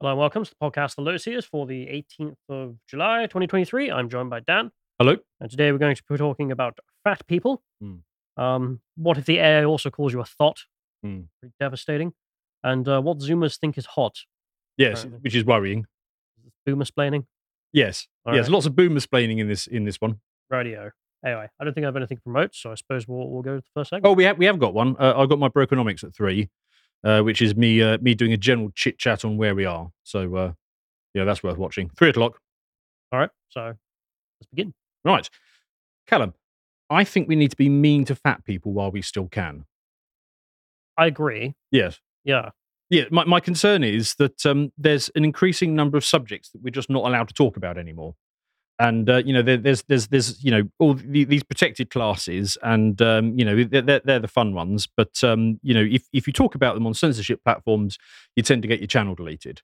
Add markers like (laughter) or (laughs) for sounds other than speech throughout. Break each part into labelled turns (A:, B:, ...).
A: Hello and welcome to the podcast The Lotuses for the 18th of July 2023. I'm joined by Dan,
B: Hello.
A: and today we're going to be talking about fat people.
B: Hmm.
A: Um, what if the AI also calls you a thought?
B: Hmm.
A: Pretty devastating. And uh, what Zoomers think is hot.
B: Yes,
A: Apparently.
B: which is worrying.
A: Boomer splaining.
B: Yes.
A: All
B: yes.
A: right. Hmm.
B: Lots of boom explaining in this in this one.
A: Radio. Anyway, I don't think I have anything to promote, so I suppose we'll, we'll go to the first segment.
B: Oh, we have we have got one. Uh, I got my brokenomics at three, uh, which is me uh, me doing a general chit chat on where we are. So uh, yeah, that's worth watching. Three o'clock. Oh.
A: All right, so let's begin.
B: Right, Callum. I think we need to be mean to fat people while we still can.
A: I agree.
B: Yes.
A: Yeah.
B: Yeah. My my concern is that um, there's an increasing number of subjects that we're just not allowed to talk about anymore. and uh, you know there, there's there's there's you know all the, these protected classes and um, you know they're, they're, they're the fun ones but um, you know if, if you talk about them on censorship platforms you tend to get your channel deleted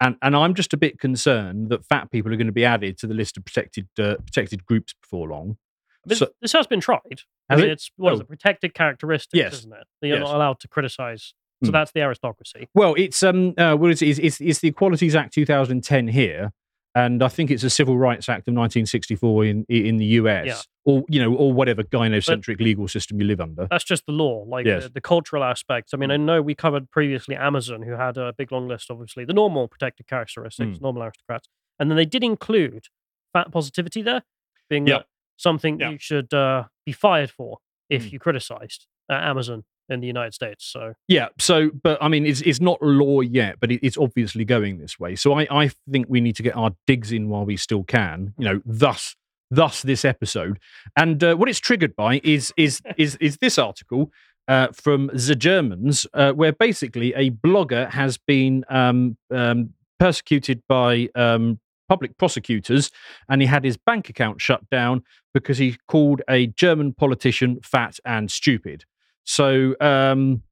B: and and i'm just a bit concerned that fat people are going to be added to the list of protected uh, protected groups before long
A: I mean,
B: So-
A: this has been tried. I
B: Has
A: mean,
B: it?
A: it's what is
B: Oh.
A: it? Protected characteristics,
B: Yes.
A: isn't it? That You're
B: Yes.
A: not allowed to criticize. So
B: Hmm.
A: that's the aristocracy.
B: well it's um uh, what is it? It's, it's, it's the equalities act 2010 here and i think it's a civil rights act of 1964 in in the us
A: Yeah.
B: or you know or whatever gynocentric legal system you live under
A: that's just the law, like
B: Yes. Hmm.
A: the, the cultural aspects. I mean, I know we covered previously Amazon, who had a big long list, obviously, the normal protected
B: Hmm.
A: characteristics, normal aristocrats. And then they did include fat positivity there, being
B: Yeah.
A: that something
B: Yeah.
A: you should uh, be fired for if
B: Mm.
A: you criticized uh, Amazon in the United States. So,
B: Yeah. So, but I mean, it's it's not law yet, but it, it's obviously going this way. So, I I think we need to get our digs in while we still can. You know, thus thus this episode, and uh, what it's triggered by is
A: (laughs)
B: is is is this article. Uh, from the Germans, uh, where basically a blogger has been um, um, persecuted by um, public prosecutors, and he had his bank account shut down because he called a German politician fat and stupid. So, um,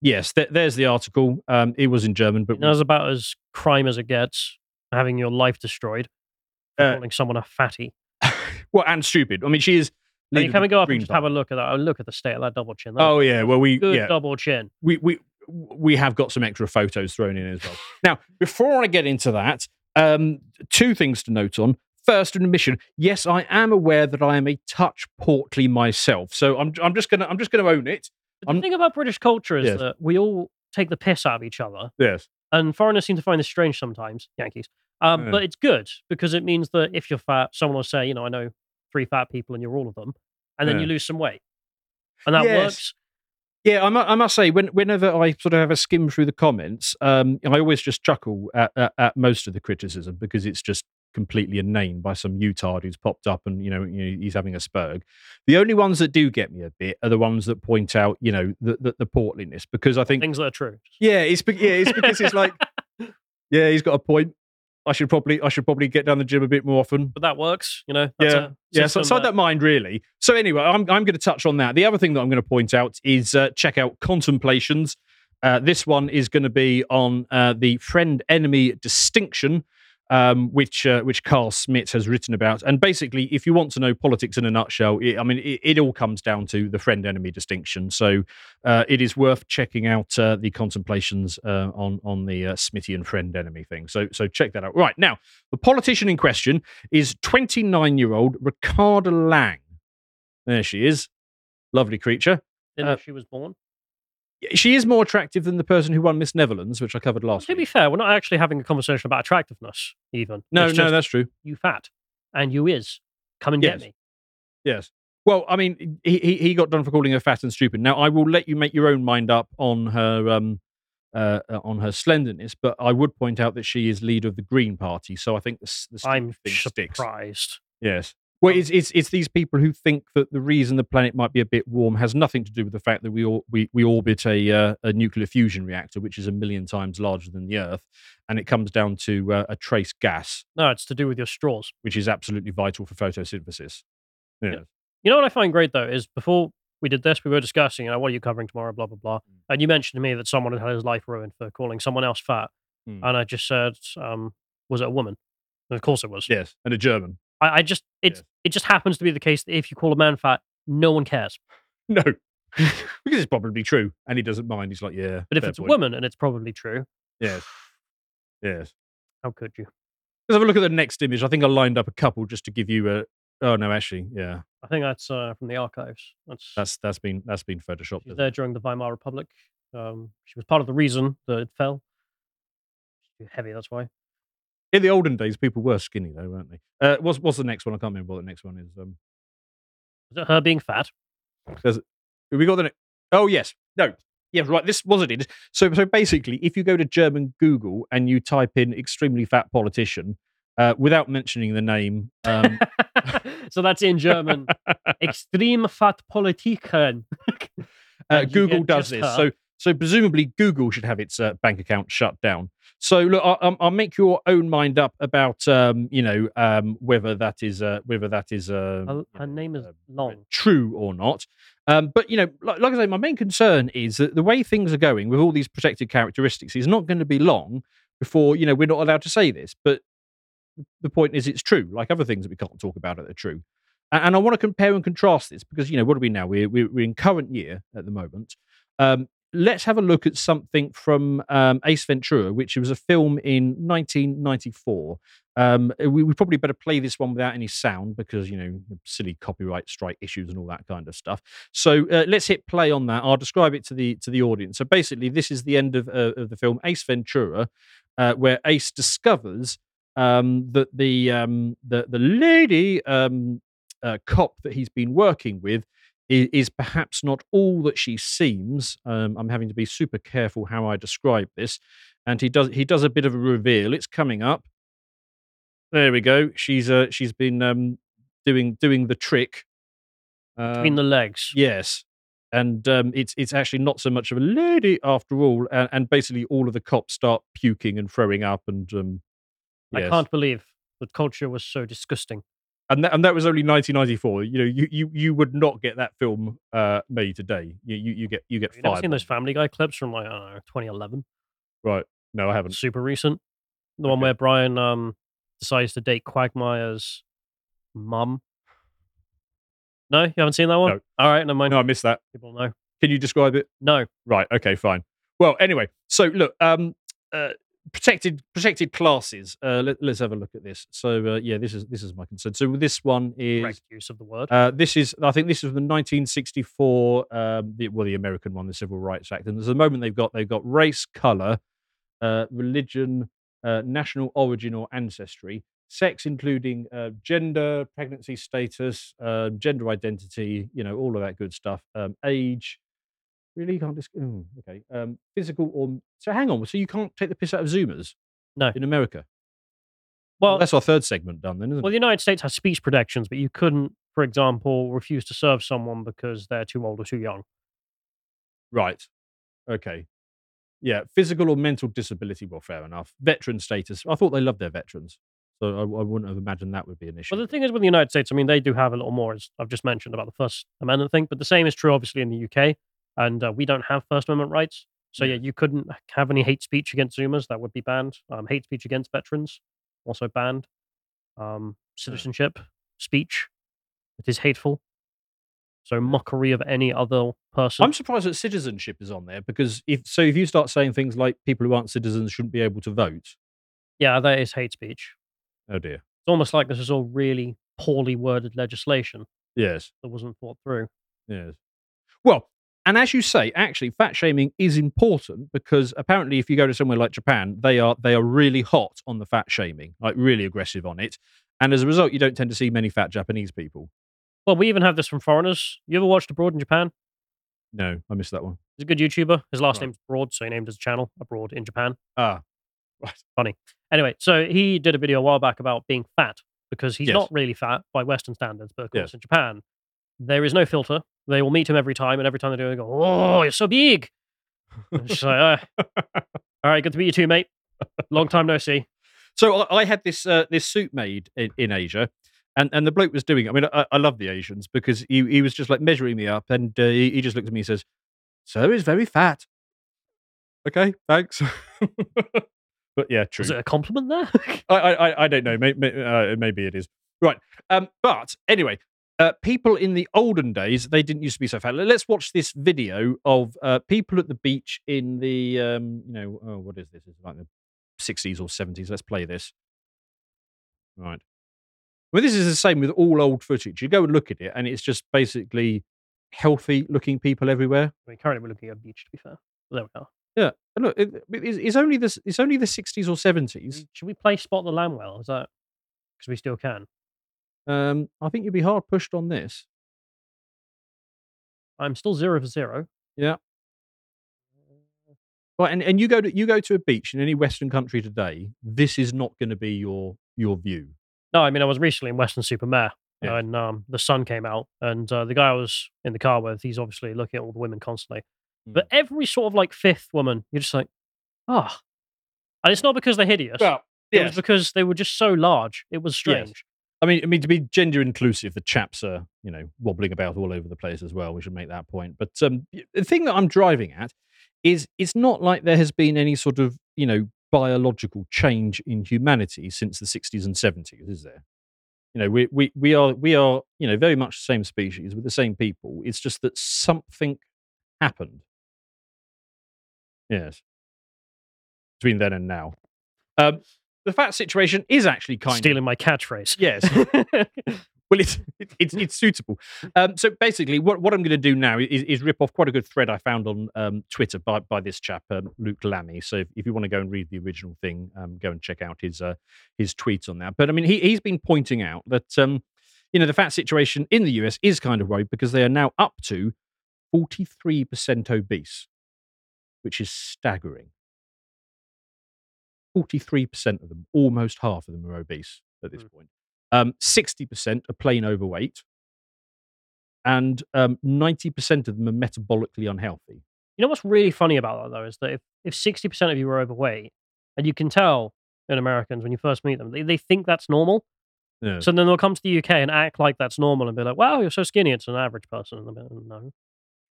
B: Yes, th- there's the article. Um, it was in German, but
A: you know, that's about as crime as it gets, having your life destroyed, for
B: Uh,
A: calling someone a fatty.
B: well, and stupid. I mean, she is.
A: I mean,
B: leader
A: can we
B: of the
A: go up
B: Green
A: and just
B: Party.
A: have a look at that? Oh, look at the state of that double chin. That is
B: Oh yeah, well we
A: good
B: yeah
A: double chin.
B: we we we have got some extra photos thrown in as well. now, before I get into that, um, two things to note on. First, an admission. Yes, I am aware that I am a touch portly myself, so I'm I'm just gonna I'm just gonna own it.
A: But the
B: I'm-
A: thing about British culture is
B: Yes.
A: that we all take the piss out of each other,
B: Yes.
A: and foreigners seem to find this strange sometimes, Yankees. Um,
B: Yeah.
A: But it's good because it means that if you're fat, someone will say, you know, I know three fat people and you're all of them, and then you
B: Yeah.
A: lose some weight. And that
B: Yes.
A: works.
B: Yeah, I mu I must say, when, whenever I sort of have a skim through the comments, um, I always just chuckle at, at, at most of the criticism because it's just completely inane by some utard who's popped up and you know, you know he's having a spurg. The only ones that do get me a bit are the ones that point out you know the the, the portliness because I think
A: Things that are true.
B: yeah, it's be- yeah, it's because it's like yeah, he's got a point. I should probably I should probably get down the gym a bit more often.
A: But that works, you know. That's a
B: Yeah, so,
A: system
B: so that mind really. So anyway, I'm, I'm going to touch on that. The other thing that I'm going to point out is uh, check out Contemplations. Uh, this one is going to be on uh, the friend enemy distinction, um, which uh, which Carl Smith has written about. And basically, if you want to know politics in a nutshell, it, I mean, it, it all comes down to the friend enemy distinction. So uh, it is worth checking out uh, the contemplations uh, on on the uh, Smithian friend enemy thing. So so check that out. Right now, the politician in question is 29 year old Ricarda Lang. There she is. Lovely creature.
A: Then
B: uh,
A: she was born.
B: She is more attractive than the person who won Miss Netherlands, which I covered last
A: To be
B: week.
A: fair, we're not actually having a conversation about attractiveness, even.
B: No,
A: It's
B: no,
A: just,
B: that's true.
A: you fat, and you is come and
B: Yes.
A: get me.
B: Yes. Well, I mean, he, he he got done for calling her fat and stupid. Now, I will let you make your own mind up on her um uh, uh, on her slenderness, but I would point out that she is leader of the Green Party, so I think the, s- the stupid
A: I'm
B: thing sticks.
A: surprised.
B: Yes. Well,
A: Um,
B: it's, it's it's these people who think that the reason the planet might be a bit warm has nothing to do with the fact that we all, we, we orbit a uh, a nuclear fusion reactor, which is a million times larger than the Earth, and it comes down to uh, a trace gas,
A: No, it's to do with your straws.
B: which is absolutely vital for photosynthesis. Yeah.
A: You know what I find great though is before we did this, we were discussing, you know, what are you covering tomorrow, blah blah blah, and you mentioned to me that someone had had his life ruined for calling someone else fat,
B: Mm.
A: and I just said, um, was it a woman? And of course it was.
B: Yes, and a German. (laughs)
A: I, I just it
B: Yes.
A: it just happens to be the case that if you call a man fat, no one cares.
B: No,
A: (laughs)
B: because it's probably true, and he doesn't mind. He's like, yeah.
A: But if
B: fair
A: it's
B: point.
A: a woman and it's probably true,
B: yes, Yes.
A: How could you?
B: Let's have a look at the next image. I think I lined up a couple just to give you a. Oh no, actually, yeah,
A: I think that's uh, from the archives. That's,
B: that's that's been that's been photoshopped.
A: she was
B: isn't it?
A: there during the Weimar Republic. Um, she was part of the reason that it fell. She's too heavy, that's why.
B: In the olden days, people were skinny though, weren't they? Uh, what's what's the next one? I can't remember what the next one is. Um,
A: Is it her being fat?
B: Have we got the next? Oh yes, no, yeah, right. This was it. It- So so basically, if you go to German Google and you type in extremely fat politician uh, without mentioning the name,
A: (laughs)
B: um,
A: so that's in
B: (laughs)
A: German. Extreme fat Politiken.
B: Hmm. Uh,
A: and you
B: Google
A: get just
B: does this.
A: her.
B: So, so presumably Google should have its uh, bank account shut down. So, look, I'll, I'll- I'll make your own mind up about, um, you know, um, whether that is uh, whether that is uh,
A: Her,
B: you
A: her
B: know,
A: name is
B: um,
A: long.
B: true or not. Um, but you know, like, like I say, my main concern is that the way things are going with all these protected characteristics is not going to be long before you know we're not allowed to say this. But the point is, it's true. Like other things that we can't talk about that are true. A- And I want to compare and contrast this because you know what are we now? We're we're, we're in current year at the moment. Um, let's have a look at something from um, Ace Ventura, which was a film in 1994. Um, we, we probably better play this one without any sound because, you know, silly copyright strike issues and all that kind of stuff. So uh, let's hit play on that. I'll describe it to the to the audience. So basically, this is the end of, uh, of the film Ace Ventura, uh, where Ace discovers um, that the, um, the the lady um, uh, cop that he's been working with is, is perhaps not all that she seems. Um, I'm having to be super careful how I describe this, and he does he does a bit of a reveal. It's coming up. There we go. She's uh, she's been um, doing doing the trick.
A: Between
B: Um,
A: the legs.
B: Yes, and um, it's it's actually not so much of a lady after all, and, and basically all of the cops start puking and throwing up, and um,
A: I
B: yes.
A: can't believe that culture was so disgusting.
B: And that, and that was only 1994. You know, you you, you would not get that film uh, made today. You, you you get you get
A: Have you never
B: fired.
A: seen those Family Guy clips from like, I don't know, 2011?
B: Right? No, I haven't.
A: Super recent. The one
B: Okay.
A: where Brian um, decides to date Quagmire's mum. No, you haven't seen that one?
B: No.
A: All right, never mind.
B: No, I missed that.
A: People know.
B: Can you describe it?
A: No.
B: Right. Okay. Fine. Well. Anyway. So look. Um. Uh, protected protected classes. Uh, let, us have a look at this. So uh, yeah, this is this is my concern. So this one is
A: Correct use of the word.
B: Uh, this is, I think, this is from the 1964, um, the, well, the American one, the Civil Rights Act. And there's a moment they've got they've got race, color, uh, religion, uh, national origin or ancestry, sex, including uh, gender, pregnancy status, uh, gender identity, you know, all of that good stuff, um, age. Really can't dis- mm, okay. Um, physical or so. Hang on. So you can't take the piss out of Zoomers.
A: No.
B: in America. Well,
A: well,
B: that's our third segment done then, isn't
A: well, the
B: it?
A: United States has speech protections, but you couldn't, for example, refuse to serve someone because they're too old or too young.
B: Right. Okay. Yeah. Physical or mental disability. Well, fair enough. Veteran status. I thought they loved their veterans. So I, I wouldn't have imagined that would be an issue.
A: Well, the thing is with the United States, I mean, they do have a little more, as I've just mentioned about the First Amendment thing, but the same is true, obviously, in the UK. And uh, we don't have First Amendment rights. So, yeah. you couldn't have any hate speech against Zoomers. That would be banned. Um, hate speech against veterans, also banned. Um, citizenship, speech, it is hateful. So, mockery of any other person.
B: I'm surprised that citizenship is on there because if so, if you start saying things like people who aren't citizens shouldn't be able to vote.
A: yeah, that is hate speech.
B: Oh dear.
A: It's almost like this is all really poorly worded legislation
B: Yes.
A: that wasn't thought through.
B: Yes. Well, and as you say, actually, fat shaming is important because apparently, if you go to somewhere like Japan, they are they are really hot on the fat shaming, like really aggressive on it, and as a result, you don't tend to see many fat Japanese people.
A: Well, we even have this from foreigners. You ever watched Abroad in Japan?
B: No, I missed that one.
A: He's a good YouTuber. His last
B: Right.
A: name's Broad, so he named his channel Abroad in Japan.
B: Ah, right.
A: Anyway, so he did a video a while back about being fat because he's
B: Yes.
A: not really fat by Western standards, but of course
B: Yes.
A: in Japan, there is no filter. They will meet him every time, and every time they do, they go, "Oh, you're so big." And She's like,
B: (laughs)
A: "Ah, "All right, good to meet you too, mate. Long time no see."
B: So I, I had this uh, this suit made in, in Asia, and, and the bloke was doing it. I mean, I, I love the Asians because he, he was just like measuring me up, and uh, he, he just looked at me and says, "Sir is very fat." Okay, thanks. (laughs) but yeah, true.
A: Was it a compliment there? (laughs)
B: I, I, I- I don't know. Maybe, uh, maybe it is. Right. Um, but anyway, uh, people in the olden days, they didn't used to be so fat. Let- Let's watch this video of uh, people at the beach in the, um, you know, oh, what is this? It's like the 60s or 70s. Let's play this. Right. Well, this is the same with all old footage. You go and look at it, and it's just basically healthy looking people everywhere.
A: I mean, currently we're looking at a beach. To be fair, there we are.
B: Yeah. And Look, it, it's, it's only this. It's only the 60s or 70s.
A: Should we play Spot the Lamb? Well, is that because we still can?
B: Um, I think you'd be hard pushed on this.
A: I'm still zero for zero.
B: Right, and, and you go to you go to a beach in any Western country today. This is not going to be your your view.
A: No, I mean I was recently in Western Supermare,
B: Yeah.
A: and um, the sun came out, and uh, the guy I was in the car with, he's obviously looking at all the women constantly, but
B: Mm.
A: every sort of like fifth woman, you're just like, ah, and it's not because they're hideous. It was because they were just so large. It was
B: Yes.
A: strange.
B: I mean, I mean to be gender inclusive, the chaps are you know wobbling about all over the place as well. We should make that point. But um, the thing that I'm driving at is it's not like there has been any sort of you know biological change in humanity since the 60s and 70s, is there? You know, we we we are we are you know very much the same species with the same people. It's just that something happened. Yes, between then and now. Um, the fat situation is actually kind of
A: Stealing my catchphrase.
B: Yes. well, it's it, it's it's suitable. Um, so basically, what, what I'm going to do now is, is rip off quite a good thread I found on um, Twitter by, by this chap um, Luke Lammy. So if, if you want to go and read the original thing, um, go and check out his uh, his tweets on that. But I mean, he he's been pointing out that um, you know the fat situation in the US is kind of worried because they are now up to 43 percent obese, which is staggering. 43% of them, almost half of them, are obese at this
A: Mm.
B: point. Um, 60% are plain overweight. And um, 90% of them are metabolically unhealthy.
A: You know what's really funny about that though is that if, if 60% of you are overweight, and you can tell in Americans when you first meet them, they, they think that's normal.
B: Yeah.
A: So then they'll come to the UK and act like that's normal and be like, wow, you're so skinny. It's an average person. And I'm like, no, what's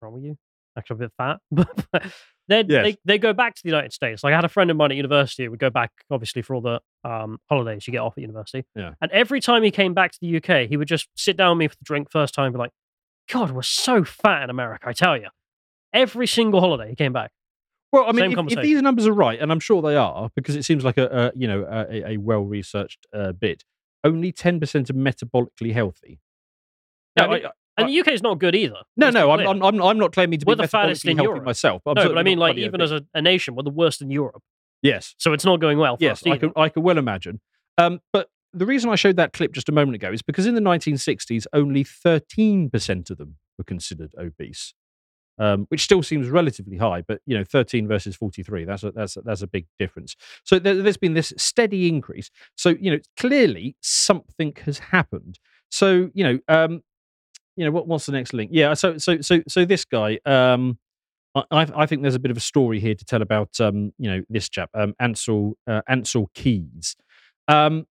A: wrong with you? Actually, I'm a bit fat. (laughs) But
B: Yes.
A: they, they go back to the United States. Like I had a friend of mine at university who would go back, obviously, for all the um, holidays you get off at university.
B: Yeah.
A: And every time he came back to the UK, he would just sit down with me for the drink first time and be like, God, we're so fat in America, I tell you. Every single holiday he came back.
B: well, I
A: Same
B: mean, if- if,
A: conversation.
B: these numbers are right, and I'm sure they are, because it seems like a, a you know a, a- a well-researched uh, bit, only 10% are metabolically healthy.
A: No,
B: Now,
A: I mean- And the UK is not good either.
B: No,
A: let's be
B: no, I'm,
A: clear.
B: I'm, I'm, I'm not claiming to be
A: We're the fattest
B: metabolically
A: in
B: healthy
A: Europe.
B: myself. I'm
A: no, but
B: certainly
A: I mean,
B: not
A: like,
B: bloody
A: even
B: obese.
A: as a, a nation, we're the worst in Europe.
B: yes,
A: So it's not going well for
B: yes,
A: us.
B: I
A: either.
B: can, I can well imagine. Um, but the reason I showed that clip just a moment ago is because in the 1960s, only 13% of them were considered obese, um, which still seems relatively high. But you know, 13 versus 43—that's a, that's a, that's a big difference. So there, there's been this steady increase. So you know, clearly something has happened. So you know, um, you know, what, what's the next link? Yeah, so so so so this guy. Um, I, I I think there's a bit of a story here to tell about um, you know this chap um, Ansel uh, Ansel Keys. Um,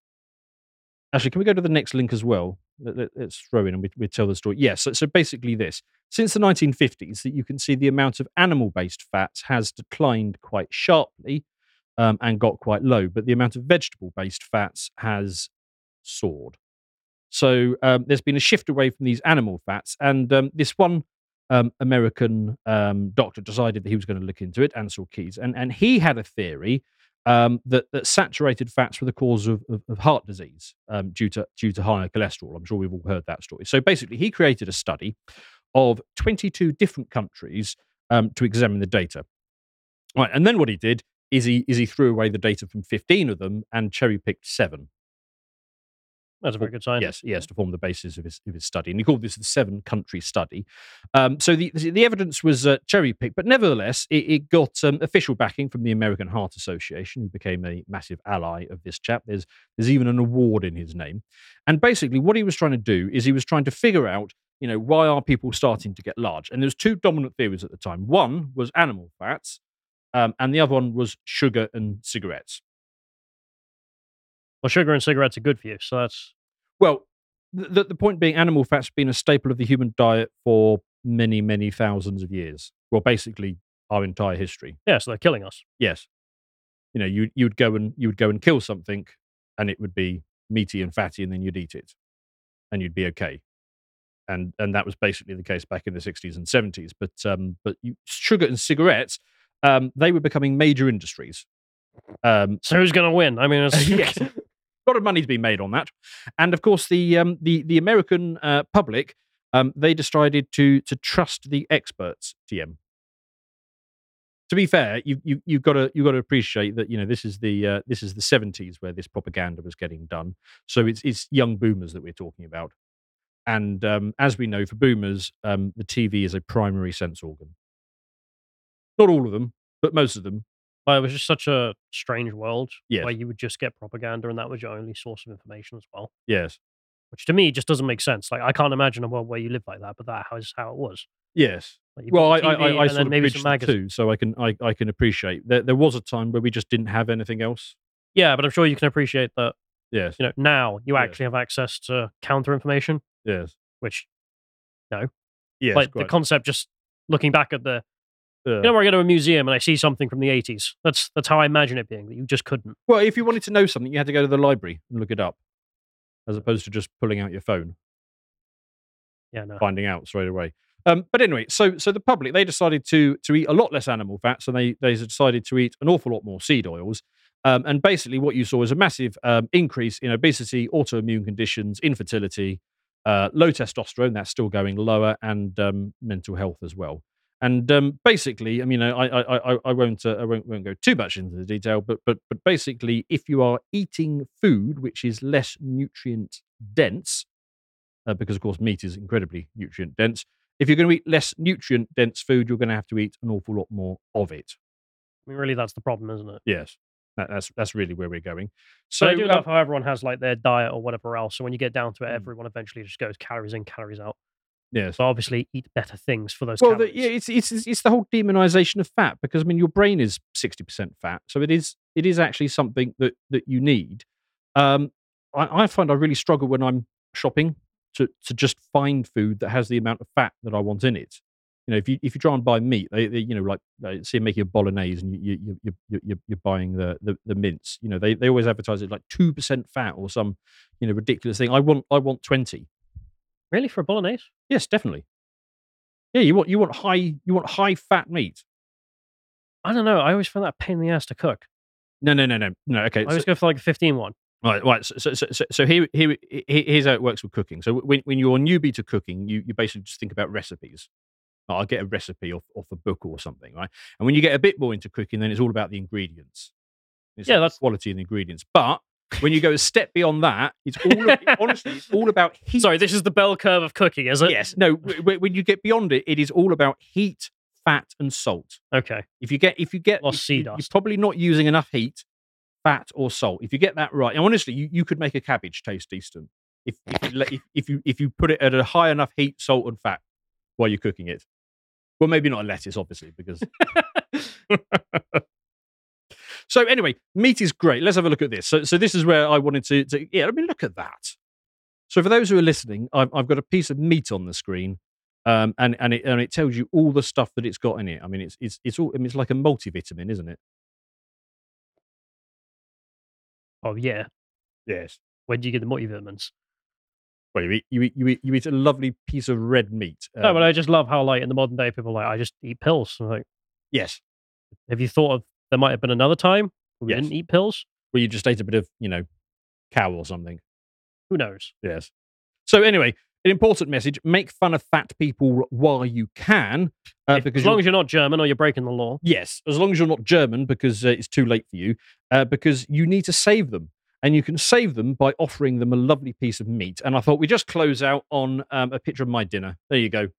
B: actually, can we go to the next link as well? Let, let, us throw in and we, we tell the story. Yes. so, so basically, this since the 1950s, that you can see the amount of animal-based fats has declined quite sharply um, and got quite low, but the amount of vegetable-based fats has soared. So um, there's been a shift away from these animal fats, and um, this one um, American um, doctor decided that he was going to look into it, Ansel Keys, and, and he had a theory um, that, that saturated fats were the cause of, of, of heart disease um, due to due to higher cholesterol. I'm sure we've all heard that story. So basically, he created a study of 22 different countries um, to examine the data. Right, and then what he did is he is he threw away the data from 15 of them and cherry picked seven.
A: That's a very good sign.
B: Yes, yes, to form the basis of his, of his study. And he called this the seven country study. Um, so the, the evidence was uh, cherry picked, but nevertheless, it, it got um, official backing from the American Heart Association, who became a massive ally of this chap. There's, there's even an award in his name. And basically, what he was trying to do is he was trying to figure out. You know why are people starting to get large? And there's two dominant theories at the time. One was animal fats, um, and the other one was sugar and cigarettes.
A: Well, sugar and cigarettes are good for you. So that's
B: Well, the, the, the point being, animal fat's been a staple of the human diet for many, many thousands of years. Well, basically, our entire history.
A: yeah. So they're killing us.
B: Yes, you know, you you would go and you would go and kill something, and it would be meaty and fatty, and then you'd eat it, and you'd be okay. And and that was basically the case back in the sixties and seventies. But um, but you, sugar and cigarettes, um, they were becoming major industries. Um,
A: So who's going to win? I
B: (laughs)
A: mean, it's, (laughs)
B: Yes. a lot of money's been made on that, and of course the um, the the American uh, public um, they decided to to trust the experts. TM. To be fair, you you you got to you got to appreciate that you know this is the uh, this is the seventies where this propaganda was getting done. So it's it's young boomers that we're talking about, and um, as we know for boomers, um, the TV is a primary sense organ. Not all of them, but most of them.
A: well, it was just such a strange world
B: Yes.
A: where you would just get propaganda and that was your only source of information as well,
B: Yes.
A: which to me just doesn't make sense. Like, I can't imagine a world where you live like that, but that is how it was.
B: Yes.
A: Like, you've got
B: Well, I,
A: the
B: I,
A: TV
B: I, I
A: and
B: sort
A: then
B: of
A: maybe
B: bridged
A: some
B: the
A: magazines.
B: two, so I can I, I can appreciate that there was a time where we just didn't have anything else.
A: Yeah, but I'm sure you can appreciate that.
B: Yes,
A: You know, now you
B: Yeah.
A: actually have access to counter information,
B: yes,
A: which
B: yes.
A: like the
B: quite.
A: concept just looking back at the
B: Uh,
A: you know where I go to a museum and I see something from the 80s. That's that's how I imagine it being that you just couldn't.
B: well, if you wanted to know something, you had to go to the library and look it up, as opposed to just pulling out your phone,
A: Yeah, no.
B: finding out straight away. Um, but anyway, so so the public they decided to to eat a lot less animal fats, and they they decided to eat an awful lot more seed oils. Um, and basically, what you saw was a massive um, increase in obesity, autoimmune conditions, infertility, uh, low testosterone, that's still going lower, and um, mental health as well. And um, basically, I mean, I, I, I- I, I won't, uh, I won't, won't go too much into the detail, but, but, but basically, if you are eating food which is less nutrient dense, uh, because of course meat is incredibly nutrient dense, if you're going to eat less nutrient dense food, you're going to have to eat an awful lot more of it.
A: I mean, really, that's the problem, isn't it?
B: Yes, that, that's that's really where we're going.
A: So
B: So
A: I do
B: uh,
A: love how everyone has like their diet or whatever else. So when you get down to it,
B: Mm.
A: everyone eventually just goes calories in, calories out.
B: yes,
A: So obviously, eat better things for those
B: Well,
A: calories.
B: the, yeah, it's, it's it's it's the whole demonization of fat because I mean your brain is sixty percent fat, so it is it is actually something that that you need. Um, I, I find I really struggle when I'm shopping to to just find food that has the amount of fat that I want in it. You know, if you if you try and buy meat, they, they you know like they see making a bolognese and you you you you you- you're, you're buying the, the the mince. You know, they they always advertise it like two percent fat or some you know ridiculous thing. I want I want twenty.
A: Really, for a bolognese?
B: Yes, definitely. Yeah, you want you want high you want high fat meat.
A: I don't know. I always find that a pain in the ass to cook.
B: No, no, no, no, no. Okay,
A: I
B: so,
A: always go for like a 15 one.
B: right, right. So, so, so, so- so here, here, he- here's how it works with cooking. So, when, when you're a newbie to cooking, you, you basically just think about recipes. Like, I'll get a recipe off, off a book or something, right? And when you get a bit more into cooking, then it's all about the ingredients. It's
A: Yeah,
B: like the
A: that's-
B: quality and the ingredients. But when you go a step beyond that, it's all a- honestly, it's all about heat.
A: (laughs) Sorry, this is the bell curve of cooking, is it?
B: yes, no. w- w- when you get beyond it, it is all about heat, fat, and salt.
A: Okay.
B: If you get if you get
A: Or
B: if
A: sea
B: you- you're
A: dust.
B: probably not using enough heat, fat, or salt. If you get that right, and honestly, you, you could make a cabbage taste decent if if you, let- if, if you if you put it at a high enough heat, salt, and fat while you're cooking it. Well, maybe not a lettuce, obviously, because. (laughs) so anyway, meat is great. Let's have a look at this. So so this is where I wanted to, to yeah. I mean, look at that. So for those who are listening, I've, I've got a piece of meat on the screen. Um, and and it and it tells you all the stuff that it's got in it. I mean, it's it's it's all. I mean, it's like a multivitamin, isn't it?
A: Oh, yeah.
B: Yes.
A: Where do you get the multivitamins?
B: Well, you eat you eat you eat, you eat a lovely piece of red meat.
A: no,
B: um,
A: but I just love how, like, in the modern day, people are like, I just eat pills. I'm like,
B: yes.
A: have you thought of there might have been another time where we
B: Yes.
A: didn't eat pills?
B: Well, you just ate a bit of you know cow or something.
A: Who knows?
B: Yes. So anyway, an important message: make fun of fat people while you can, uh,
A: If-
B: because
A: as long
B: you'll-
A: as you're not German or you're breaking the law.
B: Yes, as long as you're not German, because uh, it's too late for you, uh, because you need to save them. And you can save them by offering them a lovely piece of meat. And I thought we just close out on um, a picture of my dinner. There you go.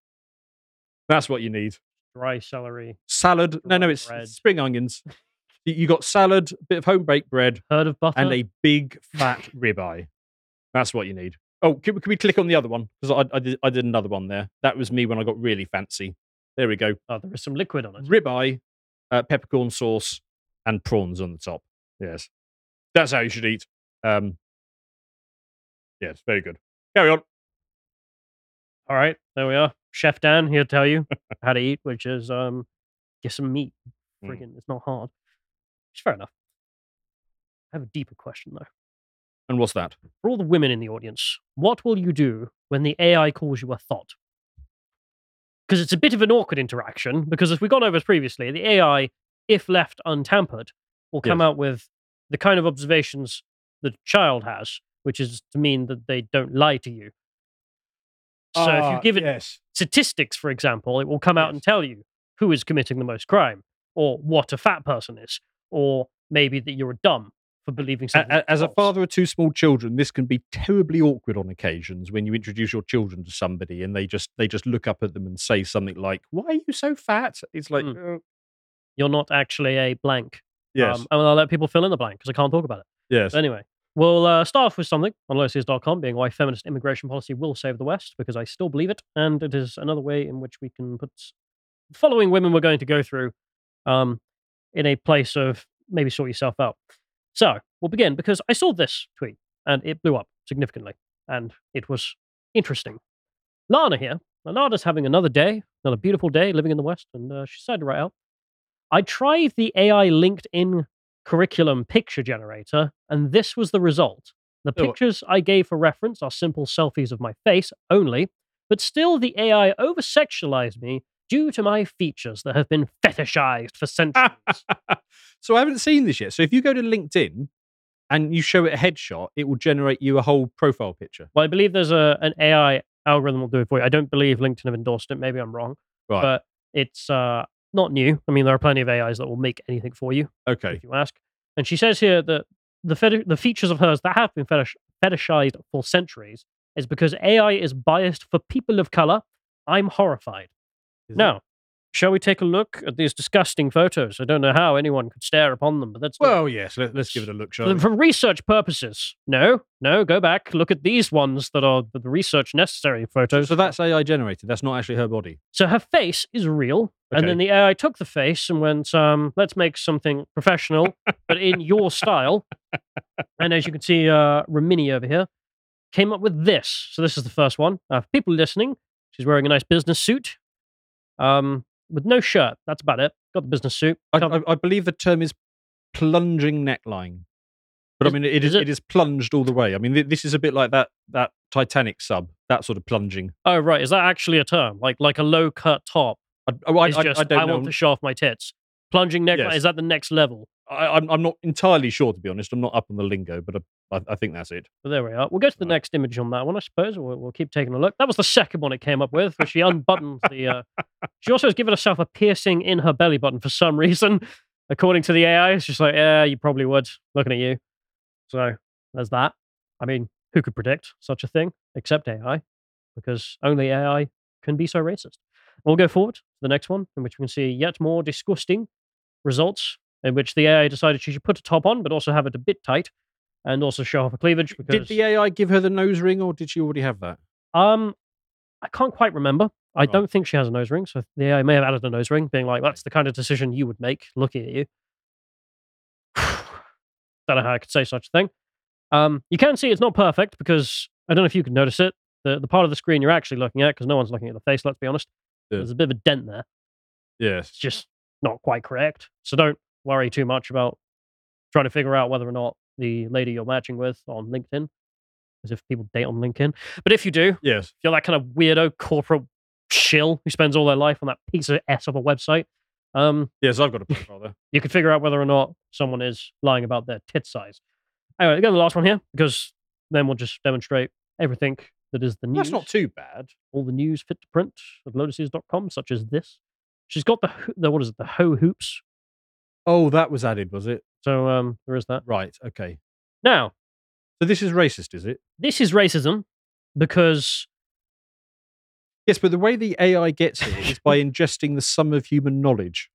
B: That's what you need.
A: Dry celery,
B: Salad. No, no,
A: Dry
B: it's
A: bread.
B: spring onions. You- You got salad, bit of home baked bread,
A: herd of butter.
B: and a big fat ribeye. That's what you need. Oh, can, we- can we click on the other one? Because I, I, did, I did another one there. That was me when I got really fancy. There we go
A: oh, there is some liquid on it.
B: ribeye, uh, peppercorn sauce, and prawns on the top. Yes, that's how you should eat. Um, yes, very good. Carry on.
A: All right, there we are. Chef Dan, he'll tell you how to eat, which is um, get some meat.
B: Mm.
A: Friggin', it's not hard. Which is fair enough. I have a deeper question though.
B: And what's that?
A: For all the women in the audience, what will you do when the AI calls you a thought? Because it's a bit of an awkward interaction. Because as we've gone over previously, the AI, if left untampered, will come out with the kind of observations the child has, which is to mean that they don't lie to you. So if
C: Ah,
A: you give it
C: yes,
A: statistics, for example, it will come out
B: Yes.
A: and tell you who is committing the most crime, or what a fat person is, or maybe that you're a dumb for believing
B: A-
A: something.
B: a- as a
A: false.
B: father of two small children, this can be terribly awkward on occasions when you introduce your children to somebody and they just they just look up at them and say something like, "Why are you so fat?" It's like,
C: Hmm.
B: uh,
A: you're not actually a blank.
B: yes,
A: Um, and I'll let people fill in the blank because I can't talk about it.
B: yes,
A: But anyway, we'll uh, start off with something on lowseas.com being why feminist immigration policy will save the West because I still believe it. And it is another way in which we can put the following women we're going to go through um, in a place of maybe sort yourself out. So we'll begin because I saw this tweet and it blew up significantly. And it was interesting. Lana here. Now, Lana's having another day, another beautiful day living in the West. And uh, she decided to write out I tried the AI LinkedIn curriculum picture generator, and this was the result. The
B: Oh.
A: pictures I gave for reference are simple selfies of my face only, but still the AI over sexualized me due to my features that have been fetishized for centuries.
B: so I haven't seen this yet. So if you go to LinkedIn and you show it a headshot, it will generate you a whole profile picture.
A: well, I believe there's a, an AI algorithm will do it for you. I don't believe LinkedIn have endorsed it. Maybe I'm wrong,
B: Right.
A: but it's uh, not new. I mean, there are plenty of AIs that will make anything for you.
B: okay.
A: if you ask. And she says here that the feti- the features of hers that have been fetish- fetishized for centuries is because AI is biased for people of color. I'm horrified.
B: Is it?
A: now, shall we take a look at these disgusting photos? I don't know how anyone could stare upon them, but that's not-
B: Well, yes. Let, us give it a look, shall
A: for,
B: we?
A: for research purposes. No, no, go back. Look at these ones that are the research necessary photos.
B: So that's AI generated. That's not actually her body.
A: So her face is real,
B: Okay.
A: and then the AI took the face and went, um, "Let's make something professional, but in your style." And as you can see, uh, Ramini over here came up with this. So this is the first one. Uh, for people listening, she's wearing a nice business suit, um, with no shirt. That's about it. Got the business suit.
B: I,
A: Cover-
B: I, I believe the term is plunging neckline. But
A: Is-
B: I mean, it is,
A: is it?
B: it is plunged all the way. I mean, th- this is a bit like that that Titanic sub, that sort of plunging.
A: oh right, is that actually a term? Like like a low cut top
B: I, oh, I,
A: is
B: I-
A: just
B: I
A: I,
B: don't know.
A: want to show off my tits. Plunging neckline
B: Yes.
A: is that the next level?
B: I, I'm, I'm not entirely sure, to be honest. I'm not up on the lingo, but I, I, I think that's it.
A: But there we are. We'll go to the
B: Right.
A: next image on that one, I suppose. We'll, we'll keep taking a look. That was the second one it came up with, where she unbuttons the. Uh, she also has given herself a piercing in her belly button for some (laughs) reason, according to the AI. It's just like, yeah, you probably would, looking at you. So there's that. I mean, who could predict such a thing except AI? Because only AI can be so racist. We'll go forward to the next one, in which we can see yet more disgusting results, in which the AI decided she should put a top on, but also have it a bit tight. And also show off her cleavage because
B: Did the AI give her the nose ring, or did she already have that?
A: um, I can't quite remember. I
B: Right.
A: don't think she has a nose ring. So the AI may have added a nose ring, being like, "That's the kind of decision you would make, looking at you." (sighs) don't know how I could say such a thing. Um, you can see it's not perfect because I don't know if you could notice it. The the part of the screen you're actually looking at, because no one's looking at the face. Let's be honest.
B: Yeah.
A: There's a bit of a dent there. It's
B: Yes.
A: just not quite correct. So don't worry too much about trying to figure out whether or not the lady you're matching with on LinkedIn, as if people date on LinkedIn. But if you do,
B: Yes.
A: you're that kind of weirdo corporate shill who spends all their life on that piece of s of a website. Um,
B: Yes, I've got a profile (laughs) there.
A: you can figure out whether or not someone is lying about their tit size. Anyway, go to the last one here because then we'll just demonstrate everything that is the news.
B: That's not too bad.
A: all the news fit to print at lotuses.com, such as this. She's got the, ho- the what is it, the ho hoops.
B: Oh, that was added, was it?
A: So um, there is that.
B: Right. Okay.
A: Now,
B: So this is racist, is it?
A: this is racism because
B: Yes, but the way the AI gets here is (laughs) by ingesting the sum of human knowledge.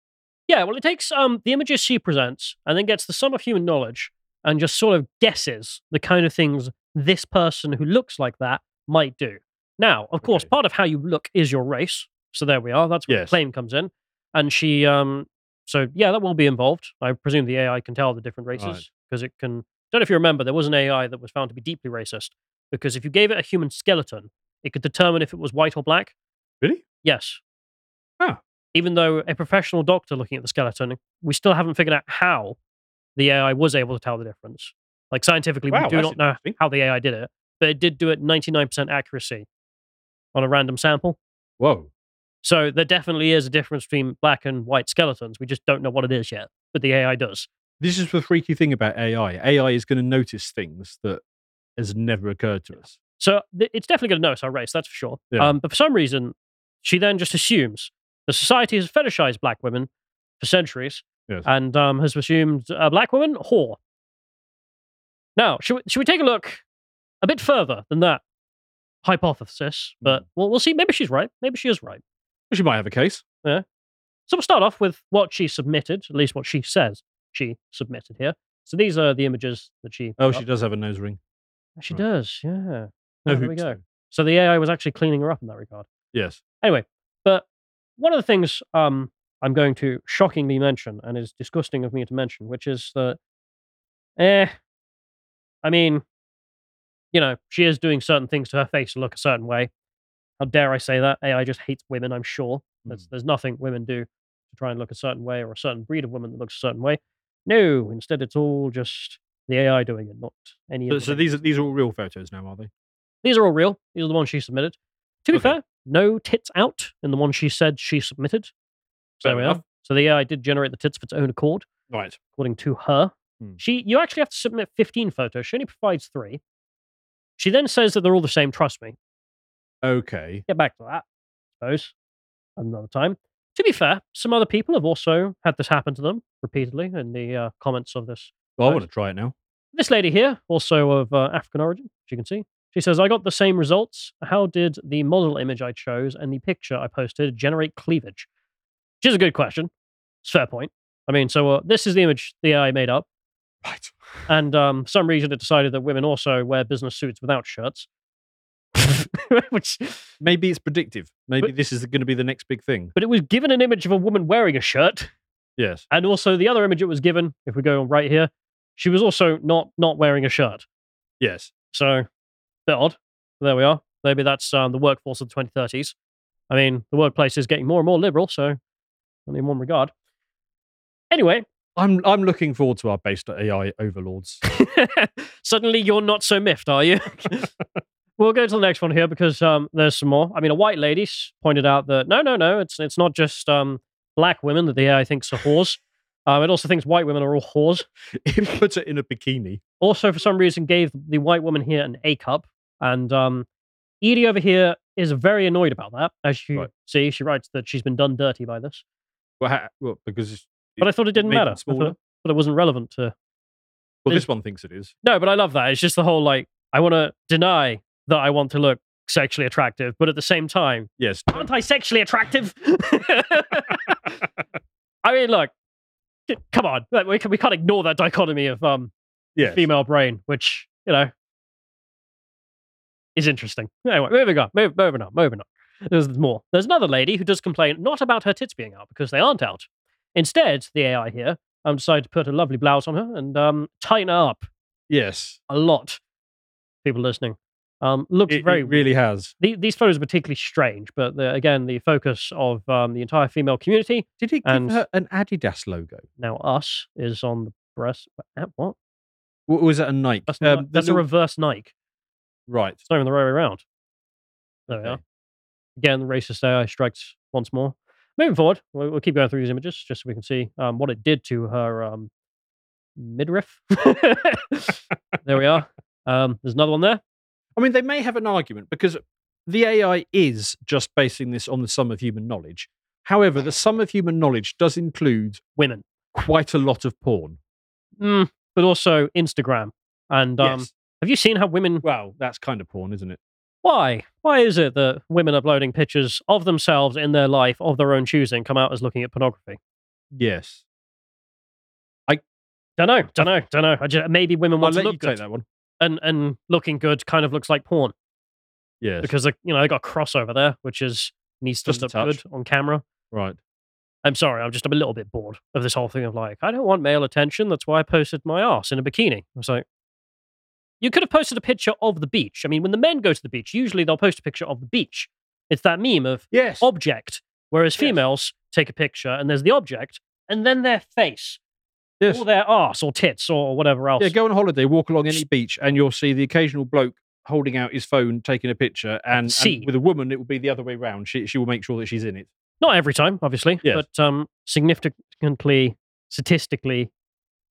A: Yeah, well, it takes um, the images she presents and then gets the sum of human knowledge and just sort of guesses the kind of things this person who looks like that might do. Now, of course,
B: Okay.
A: part of how you look is your race. So there we are. That's where
B: Yes.
A: the claim comes in. And she, um, so yeah, that will be involved. I presume the AI can tell the different races because it can. don't know if you remember, there was an AI that was found to be deeply racist because if you gave it a human skeleton, it could determine if it was white or black.
B: Really?
A: Yes.
B: Huh.
A: Even though a professional doctor looking at the skeleton, we still haven't figured out how the AI was able to tell the difference. Like scientifically,
B: Wow,
A: we do
B: that's
A: not know
B: interesting.
A: how the AI did it, but it did do it 99% accuracy on a random sample.
B: Whoa.
A: So there definitely is a difference between black and white skeletons. We just don't know what it is yet, but the AI does.
B: This is the freaky thing about AI. AI is going to notice things that has never occurred to us.
A: So th- it's definitely going to notice our race, that's for sure.
B: Yeah.
A: Um, but for some reason, she then just assumes the society has fetishized black women for centuries
B: Yes.
A: and um, has assumed a black woman whore. Now, should we, should we take a look a bit further than that hypothesis?
B: Mm-hmm.
A: But we'll, we'll see. Maybe she's right. Maybe she is right.
B: She might have a case.
A: So we'll start off with what she submitted, at least what she says she submitted here. So these are the images that she.
B: Oh,
A: put
B: she oh.
A: up.
B: does have a nose ring.
A: She
B: right.
A: does. Yeah.
B: No
A: Oh, there we
B: hoops,
A: go.
B: though.
A: So the AI was actually cleaning her up in that regard.
B: Yes.
A: Anyway, but one of the things um, I'm going to shockingly mention, and is disgusting of me to mention, which is that, eh, I mean, you know, she is doing certain things to her face to look a certain way. How dare I say that? AI just hates women, I'm sure. There's,
B: Mm.
A: there's nothing women do to try and look a certain way or a certain breed of woman that looks a certain way. No, instead, it's all just the AI doing it, not any
B: So,
A: of the
B: so
A: women.
B: these are these are all real photos now, are they?
A: These are all real. These are the ones she submitted. To be
B: Okay.
A: fair, no tits out in the one she said she submitted. So
B: Fair
A: there we
B: enough.
A: are. So the AI did generate the tits of its own accord,
B: Right.
A: according to her.
B: Hmm.
A: She, you actually have to submit 15 photos. She only provides three. She then says that they're all the same. Trust me.
B: Okay.
A: Get back to that. I suppose another time. To be fair, some other people have also had this happen to them repeatedly in the uh, comments of this
B: Well, I
A: Right.
B: want to try it now.
A: this lady here, also of uh, African origin, as you can see, she says, I got the same results. How did the model image I chose and the picture I posted generate cleavage? Which is a good question. It's a fair point. I mean, so uh, this is the image the AI made up.
B: Right.
A: And um, for some reason, it decided that women also wear business suits without shirts. (laughs) Which,
B: Maybe it's predictive. Maybe
A: But-
B: this is going to be the next big thing.
A: but it was given an image of a woman wearing a shirt.
B: Yes.
A: And also the other image it was given, if we go right here, she was also not not wearing a shirt.
B: Yes.
A: So, bit odd. There we are. Maybe that's um, the workforce of the 2030s. I mean, the workplace is getting more and more liberal, so only in one regard. Anyway, (laughs)
B: I'm I'm looking forward to our based AI (laughs) overlords.
A: suddenly you're not so miffed, are you? (laughs) we'll go to the next one here because um, there's some more. I mean, a white lady s- pointed out that no, no, no, it's it's not just um, black women that the AI thinks are whores. Um, it also thinks white women are all whores.
B: it puts it in a bikini.
A: also for some reason gave the white woman here an A cup. And um, Edie over here is very annoyed about that. As you
B: Right.
A: see, she writes that she's been done dirty by this.
B: Well, ha- well because it's,
A: But I thought it didn't
B: made them
A: matter. I
B: smaller.
A: thought, but it wasn't relevant to.
B: well,
A: it's-
B: this one thinks it is.
A: No, but I love that. It's just the whole like, I want to deny that I want to look sexually attractive, but at the same time,
B: Yes.
A: aren't I sexually attractive? (laughs) I mean, look, c- come on. Like, We can- we can't ignore that dichotomy of um,
B: Yes.
A: female brain, which you know is interesting. Anyway, moving on, move, moving on, moving on. There's more. There's another lady who does complain not about her tits being out because they aren't out. Instead, the AI here um, decided to put a lovely blouse on her and um, tighten her up
B: Yes.
A: a lot. People listening, um, looks
B: It,
A: very
B: it really has.
A: the- these photos are particularly strange, but the, again, the focus of um, the entire female community,
B: Did it give
A: And-
B: her an Adidas logo?
A: now us, is on the breast. At what?
B: Or was that a Nike?
A: That's,
B: Um, the
A: that's a
B: little-
A: reverse Nike.
B: right.
A: It's not even the right way around. There we
B: Okay.
A: are. Again, the racist AI strikes once more. Moving forward, we'll, we'll keep going through these images just so we can see um, what it did to her um, midriff. (laughs) there we are. Um, there's another one there.
B: I mean, they may have an argument because the AI is just basing this on the sum of human knowledge. However, the sum of human knowledge does include
A: Women.
B: quite a lot of porn.
A: Mm, but also Instagram. And um,
B: Yes.
A: have you seen how women.
B: Well, that's kind of porn, isn't it?
A: Why? Why is it that women uploading pictures of themselves in their life of their own choosing come out as looking at pornography?
B: Yes.
A: Don't know. Don't know. Don't know. I just, maybe women
B: I'll
A: want
B: let
A: to
B: you
A: look
B: take
A: good.
B: that one.
A: And, and looking good kind of looks like porn.
B: Yes.
A: because they, you know they got a crossover there, which is needs to
B: Just a
A: look
B: touch.
A: good on camera.
B: right.
A: I'm sorry, I'm just I'm a little bit bored of this whole thing of like I don't want male attention. That's why I posted my ass in a bikini. I was like, you could have posted a picture of the beach. I mean, when the men go to the beach, usually they'll post a picture of the beach. It's that meme of
B: Yes.
A: object, whereas
B: Yes.
A: females take a picture and there's the object and then their face
B: yes.
A: or their ass or tits or whatever else.
B: Yeah, go on holiday, walk along any beach, and you'll see the occasional bloke holding out his phone, taking a picture. And,
A: See.
B: and with a woman, it will be the other way round. She, she will make sure that she's in it.
A: Not every time, obviously,
B: Yes.
A: but um, significantly, statistically,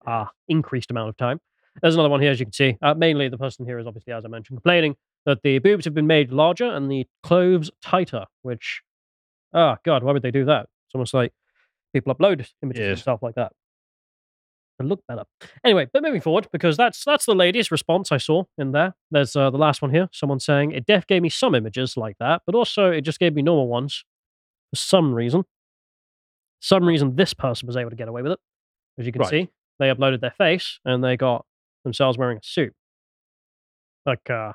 A: uh, increased amount of time. There's another one here, as you can see. Uh, mainly, the person here is obviously, as I mentioned, complaining that the boobs have been made larger and the clothes tighter, which, ah, God, why would they do that? It's almost like people upload images and
B: Yes.
A: stuff like that to look better. Anyway, but moving forward, because that's that's the latest response I saw in there. There's uh, the last one here. Someone saying it def gave me some images like that, but also it just gave me normal ones for some reason. Some reason this person was able to get away with it. As you can
B: Right.
A: see, they uploaded their face and they got themselves wearing a suit, like uh,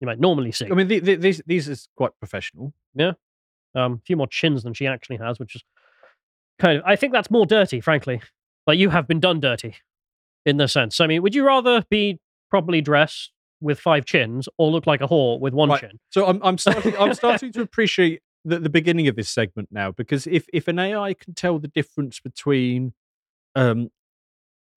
A: you might normally see.
B: I mean, the, the, these these is quite professional.
A: um, a few more chins than she actually has, which is kind of. I think that's more dirty, frankly. Like you have been done dirty, in the sense. I mean, would you rather be properly dressed with five chins or look like a whore with one
B: Right.
A: chin?
B: So I'm I'm starting
A: (laughs)
B: I'm starting to appreciate the, the beginning of this segment now because if if an AI can tell the difference between um,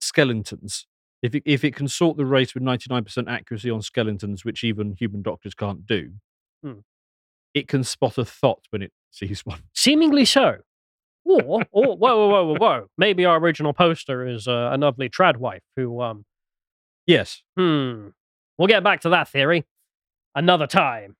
B: skeletons, if it, if it can sort the race with 99% accuracy on skeletons, which even human doctors can't do,
A: Hmm.
B: it can spot a thought when it sees (laughs) one.
A: Seemingly so. Or, or whoa, whoa, whoa, whoa, whoa. Maybe our original poster is uh, an ugly trad wife who, um,
B: Yes.
A: hmm. We'll get back to that theory another time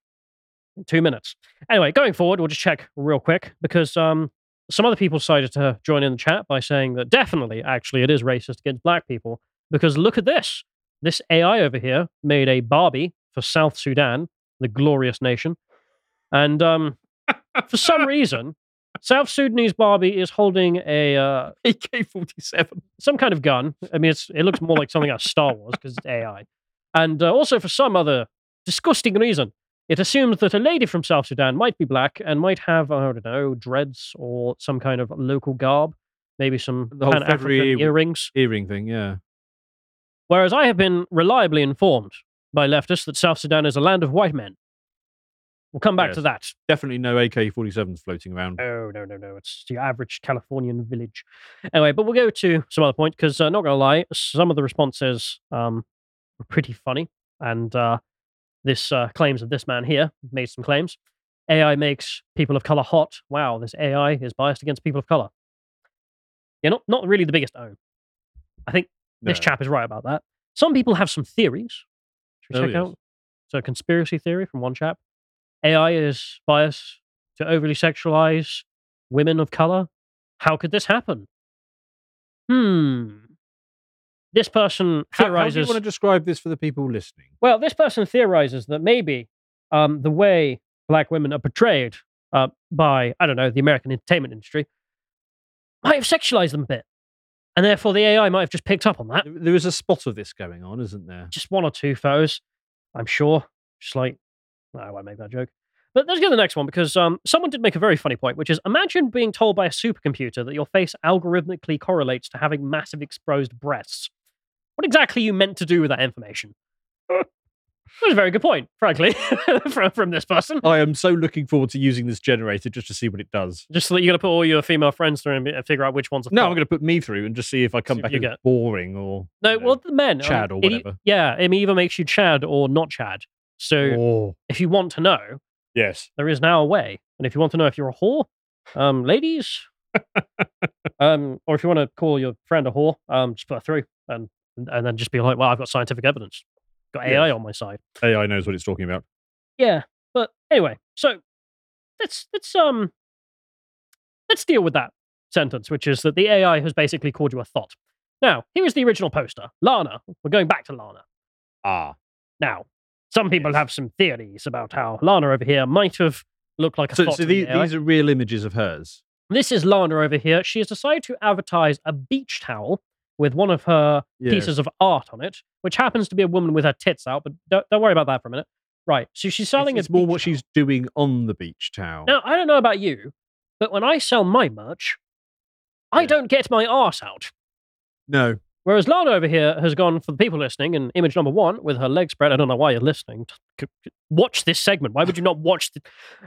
A: in two minutes. Anyway, going forward, we'll just check real quick because um, some other people decided to join in the chat by saying that definitely, actually, it is racist against black people because look at this. This AI over here made a Barbie for South Sudan, the glorious nation. And um, for some reason, South Sudanese Barbie is holding a uh,
B: AK 47.
A: some kind of gun. I mean, it's, it looks more like something out of Star Wars because it's AI. And uh, also, for some other disgusting reason, it assumes that a lady from South Sudan might be black and might have, I don't know, dreads or some kind of local garb, maybe some
B: The whole
A: Pan African
B: February-
A: earrings.
B: Earring thing, yeah.
A: Whereas I have been reliably informed by leftists that South Sudan is a land of white men. We'll come back to that.
B: Definitely no AK 47s floating around.
A: No, Oh, no, no, no. It's your average Californian village. Anyway, but we'll go to some other point because, uh, not going to lie, some of the responses um, were pretty funny. And uh, this uh, claims of this man here made some claims. AI makes people of color hot. Wow, this AI is biased against people of color. Yeah, not, not really the biggest own. I think this
B: No.
A: chap is right about that. Some people have some theories. Should we
B: Oh,
A: check
B: yes.
A: out? So, a conspiracy theory from one chap. AI is biased to overly sexualize women of color. How could this happen? Hmm. This person
B: How, how do you
A: theorizes.
B: want to describe this for the people listening?
A: Well, this person theorizes that maybe um, the way black women are portrayed uh, by, I don't know, the American entertainment industry might have sexualized them a bit. And therefore, the AI might have just picked up on that.
B: There there is a spot of this going on, isn't there?
A: Just one or two photos, I'm sure. Just like, no, I won't make that joke. But let's go to the next one because um, someone did make a very funny point, which is imagine being told by a supercomputer that your face algorithmically correlates to having massive exposed breasts. What exactly are you meant to do with that information? That was a very good point, frankly, (laughs) from, from this person.
B: I am so looking forward to using this generator just to see what it does.
A: Just so that you're going to put all your female friends through and be- and figure out which one's a
B: No, I'm
A: fuck.
B: going to put me through and just see if I come
A: See if
B: back
A: you
B: as
A: get-
B: boring or
A: No,
B: you know,
A: well, the men. I
B: Chad
A: mean,
B: or
A: it e-
B: whatever.
A: yeah, it either makes you Chad or not Chad. So
B: or-
A: if you want to know,
B: Oh, yes,
A: there is now a way. And if you want to know if you're a whore, um, ladies, um, or if you want to call your friend a whore, um, just put her through and and then just be like, well, I've got scientific evidence, got AI
B: Yes.
A: on my side.
B: AI knows what it's talking about.
A: Yeah, but anyway, so let's let's um let's deal with that sentence, which is that the AI has basically called you a thought. Now, here is the original poster. Lana, we're going back to Lana.
B: Ah,
A: Now, some people
B: Yes.
A: have some theories about how Lana over here might have looked like a
B: so,
A: thought.
B: so
A: to the
B: these,
A: AI.
B: these are real images of hers.
A: This is Lana over here. She has decided to advertise a beach towel with one of her
B: Yeah.
A: pieces of art on it, which happens to be a woman with her tits out, but don't, don't worry about that for a minute. Right. So she's selling
B: it's, it's
A: a
B: more
A: beach
B: what
A: towel.
B: she's doing on the beach towel.
A: Now, I don't know about you, but when I sell my merch, I
B: Yeah.
A: don't get my arse out.
B: No,
A: Whereas Lana over here has gone for the people listening in image number one with her legs spread. I don't know why you're listening. C- c- Watch this segment. Why would you not watch? The...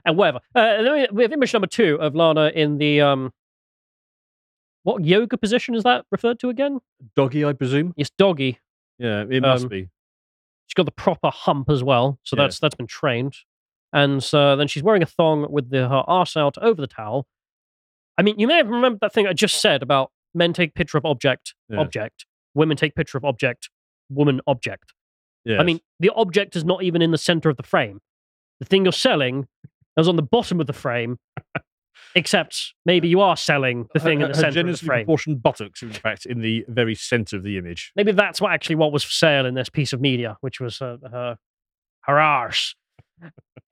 A: And whatever. Uh, and then we- we have image number two of Lana in the um, what yoga position is that referred to again?
B: doggy, I presume.
A: It's doggy.
B: Yeah, it must
A: Um,
B: be.
A: She's got the proper hump as well, so
B: Yeah.
A: that's that's been trained. And uh, then she's wearing a thong with the, her arse out over the towel. I mean, you may have remembered that thing I just said about men take picture of object,
B: Yeah.
A: object. women take picture of object, woman object.
B: Yes.
A: I mean, the object is not even in the center of the frame. The thing you're selling is on the bottom of the
B: (laughs)
A: frame, except maybe you are selling the thing
B: her,
A: in the
B: her
A: center of the
B: generously
A: frame.
B: proportioned buttocks, in fact, in the very centre of the image.
A: Maybe that's what actually what was for sale in this piece of media, which was uh, her, her arse.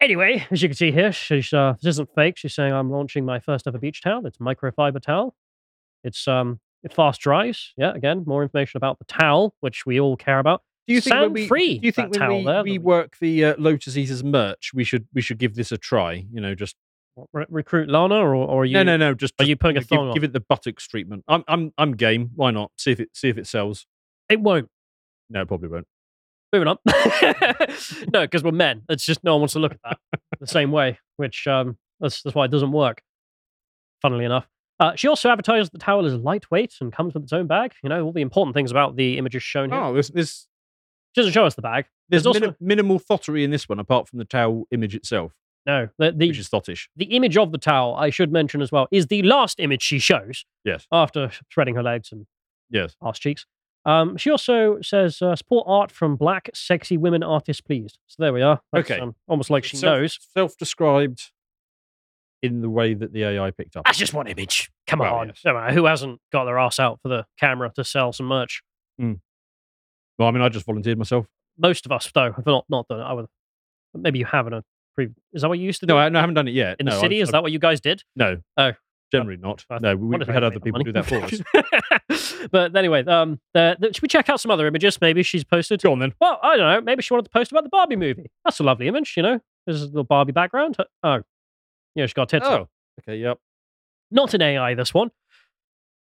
A: Anyway, as you can see here, she's, uh, this isn't fake. She's saying, I'm launching my first ever beach towel. It's a microfiber towel. It's um, It fast dries. Yeah, again, more information about the towel, which we all care about.
B: Do you think when
A: Sound
B: we,
A: free,
B: do you think
A: that
B: when
A: towel
B: we,
A: there that
B: we
A: we-
B: work the uh, Lotus Eaters merch, we should we should give this a try? You know, just
A: What, re- recruit Lana, or, or are you,
B: no, no, no, just,
A: are
B: just,
A: you putting
B: you
A: a
B: know, give-
A: thong
B: give,
A: on?
B: it the buttocks treatment. I'm I'm I'm game. Why not? See if it see if it sells.
A: It won't.
B: No, it probably won't.
A: Moving
B: (laughs)
A: on. no, because we're men. It's just no one wants to look at that the same way, which um, that's, that's why it doesn't work, funnily enough. Uh, she also advertised the towel as lightweight and comes with its own bag. You know, all the important things about the images shown here.
B: Oh, there's there's,
A: She doesn't show us the bag.
B: there's,
A: There's also-
B: minim- minimal thottery in this one, apart from the towel image itself,
A: No, the, the,
B: which is thottish.
A: the image of the towel, I should mention as well, is the last image she shows.
B: Yes.
A: After spreading her legs and
B: Yes.
A: arse cheeks. Um, she also says, uh, support art from black, sexy women artists, please. So there we are. That's,
B: Okay.
A: um, almost like she
B: Self-
A: knows.
B: self-described in the way that the AI picked up.
A: That's just one image. Come
B: Well,
A: on.
B: yes.
A: Come on, Who hasn't got their ass out for the camera to sell some merch?
B: Well, I mean, I just volunteered myself.
A: Most of us, though, have not, not done it. I would, maybe you haven't. A pre- is that what you used to do?
B: No, I, no, I haven't done it yet.
A: in
B: no,
A: the city,
B: I,
A: is that what you guys did? (laughs)
B: no?
A: Oh.
B: generally not.
A: I
B: No, we,
A: Wonder if
B: we
A: I
B: had
A: made
B: other
A: that
B: people
A: money.
B: do that for (laughs) us.
A: but anyway, um, there, there- should we check out some other images? Maybe she's posted.
B: Go on then.
A: Well, I don't know. Maybe she wanted to post about the Barbie movie. That's a lovely image, you know. There's a little Barbie background. Her- Oh, yeah, she's got tits. out.
B: Oh, okay. Yep.
A: Not an AI, this one.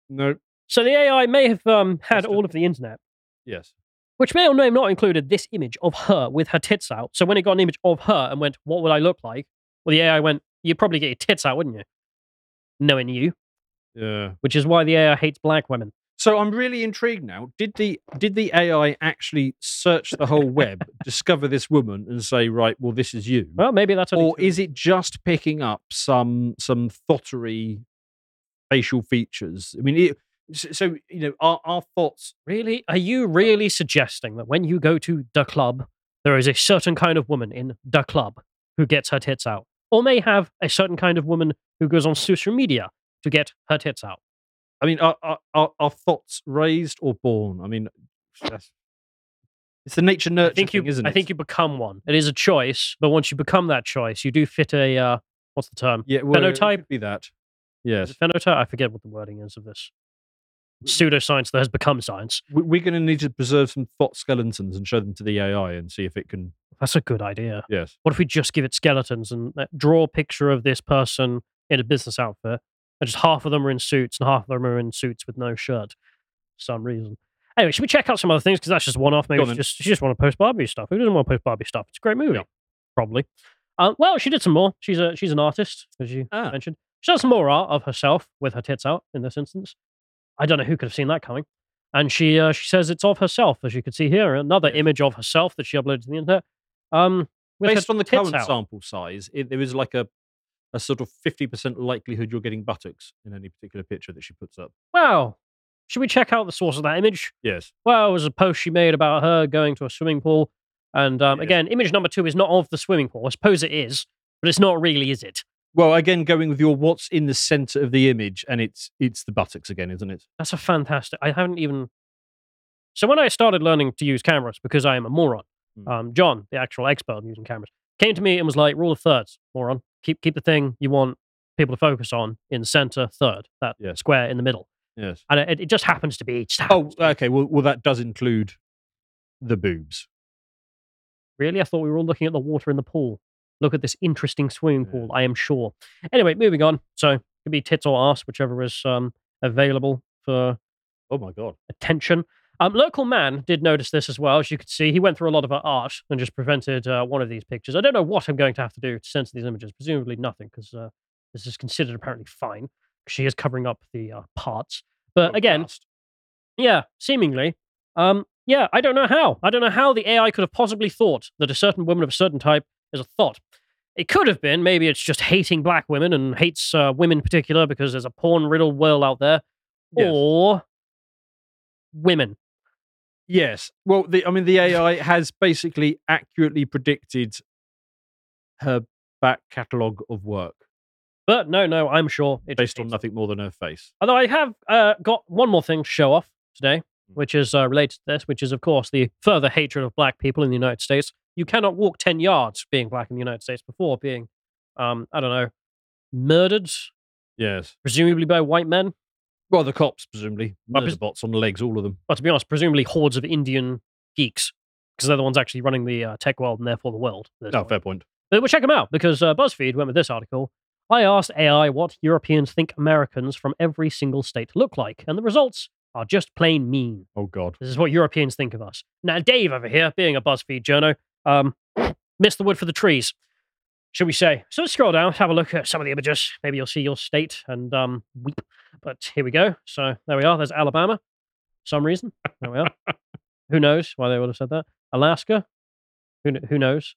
B: No.
A: So the AI may have um, had
B: That's
A: all of the internet.
B: Yes.
A: which may or may not included this image of her with her tits out. So when it got an image of her and went, "What would I look like?" Well, the AI went, "You'd probably get your tits out, wouldn't you?" Knowing you,
B: Yeah.
A: which is why the AI hates black women.
B: So I'm really intrigued now. Did the did the AI actually search the whole (laughs) web, discover this woman, and say, right, well, this is you,
A: Well, maybe that's only
B: or
A: true.
B: is it just picking up some some thottery facial features? I mean, it, so, so you know, our, our thoughts.
A: really? Are you really suggesting that when you go to the club, there is a certain kind of woman in the club who gets her tits out, or may have a certain kind of woman who goes on social media to get her tits out?
B: I mean, are are, are, are thoughts raised or born? I mean, that's, it's the nature
A: I
B: nurture
A: think you,
B: thing, isn't
A: I
B: it?
A: think you become one. It is a choice, but once you become that choice, you do fit a uh, what's the term?
B: yeah, well, it
A: phenotype-
B: could Be that.
A: Is
B: Yes.
A: it phenotype? I forget what the wording is of this pseudoscience that has become science.
B: We- We're going to need to preserve some thought skeletons and show them to the AI and see if it can.
A: That's a good idea.
B: Yes.
A: What if we just give it skeletons and uh, draw a picture of this person in a business outfit, and just half of them are in suits and half of them are in suits with no shirt for some reason. Anyway, should we check out some other things? Because that's just one off.
B: Go
A: Maybe
B: on
A: she
B: then.
A: just, she just want to post Barbie stuff. Who doesn't want to post Barbie stuff? It's a great movie,
B: Yeah.
A: probably. Um, well, she did some more. She's a she's an artist, as you
B: Ah.
A: mentioned. She does some more art of herself with her tits out in this instance. I don't know who could have seen that coming. And she uh, she says it's of herself, as you can see here, another image of herself that she uploaded to the internet. Um, with her
B: Based on the
A: tits
B: current
A: out.
B: sample size, it, there is like a a sort of fifty percent likelihood you're getting buttocks in any particular picture that she puts up.
A: Wow. Should we check out the source of that image?
B: Yes.
A: Well, it was a post she made about her going to a swimming pool. And um,
B: Yes.
A: again, image number two is not of the swimming pool. I suppose it is, but it's not really, is it?
B: Well, again, going with your what's in the center of the image, and it's it's the buttocks again, isn't it?
A: That's a fantastic. I haven't even. So when I started learning to use cameras, because I am a moron,
B: Hmm.
A: um, John, the actual expert on using cameras, came to me and was like, "Rule of thirds, moron. Keep keep the thing you want people to focus on in the center third, that
B: Yes.
A: square in the middle."
B: Yes.
A: And it, it just happens to be. it Just
B: Oh,
A: happens to be.
B: okay. Well, well, that does include the boobs.
A: Really? I thought we were all looking at the water in the pool. Look at this interesting swimming
B: Yeah.
A: pool, I am sure. Anyway, moving on. So it could be tits or ass, whichever is um, available for
B: Oh my god.
A: attention. Um, local man did notice this as well, as you could see. He went through a lot of her art and just prevented uh, one of these pictures. I don't know what I'm going to have to do to censor these images. Presumably nothing, because uh, this is considered apparently fine. She is covering up the uh, parts. But
B: Oh,
A: again,
B: fast.
A: yeah, seemingly. Um, yeah, I don't know how. I don't know how the AI could have possibly thought that a certain woman of a certain type is a thought. It could have been maybe it's just hating black women and hates uh, women in particular because there's a porn riddle world out there,
B: Yes.
A: or women.
B: Yes. Well, the, I mean, the AI has basically accurately predicted her back catalogue of work
A: But no, no, I'm sure it
B: based
A: just
B: on
A: hates
B: nothing more than her face.
A: Although I have uh, got one more thing to show off today,
B: Hmm.
A: which is uh, related to this, which is, of course, the further hatred of black people in the United States. You cannot walk 10 yards being black in the United States before being, um, I don't know, murdered,
B: Yes.
A: presumably by white men.
B: Well, the cops, presumably.
A: Well,
B: Murder
A: pres-
B: bots on the legs, all of them.
A: But to be honest, presumably hordes of Indian geeks, because they're the ones actually running the uh, tech world and therefore the world. at this
B: No,
A: point.
B: Oh, fair point.
A: But we'll check them out because uh, BuzzFeed went with this article. I asked AI what Europeans think Americans from every single state look like, and the results are just plain mean.
B: Oh, God.
A: This is what Europeans think of us. Now, Dave over here, being a BuzzFeed journo, um, missed the wood for the trees, should we say? So let's scroll down, have a look at some of the images. Maybe you'll see your state and um, weep. But here we go. So there we are. There's Alabama. For some reason, there we are. who knows why they would have said that? Alaska. Who kn- who knows?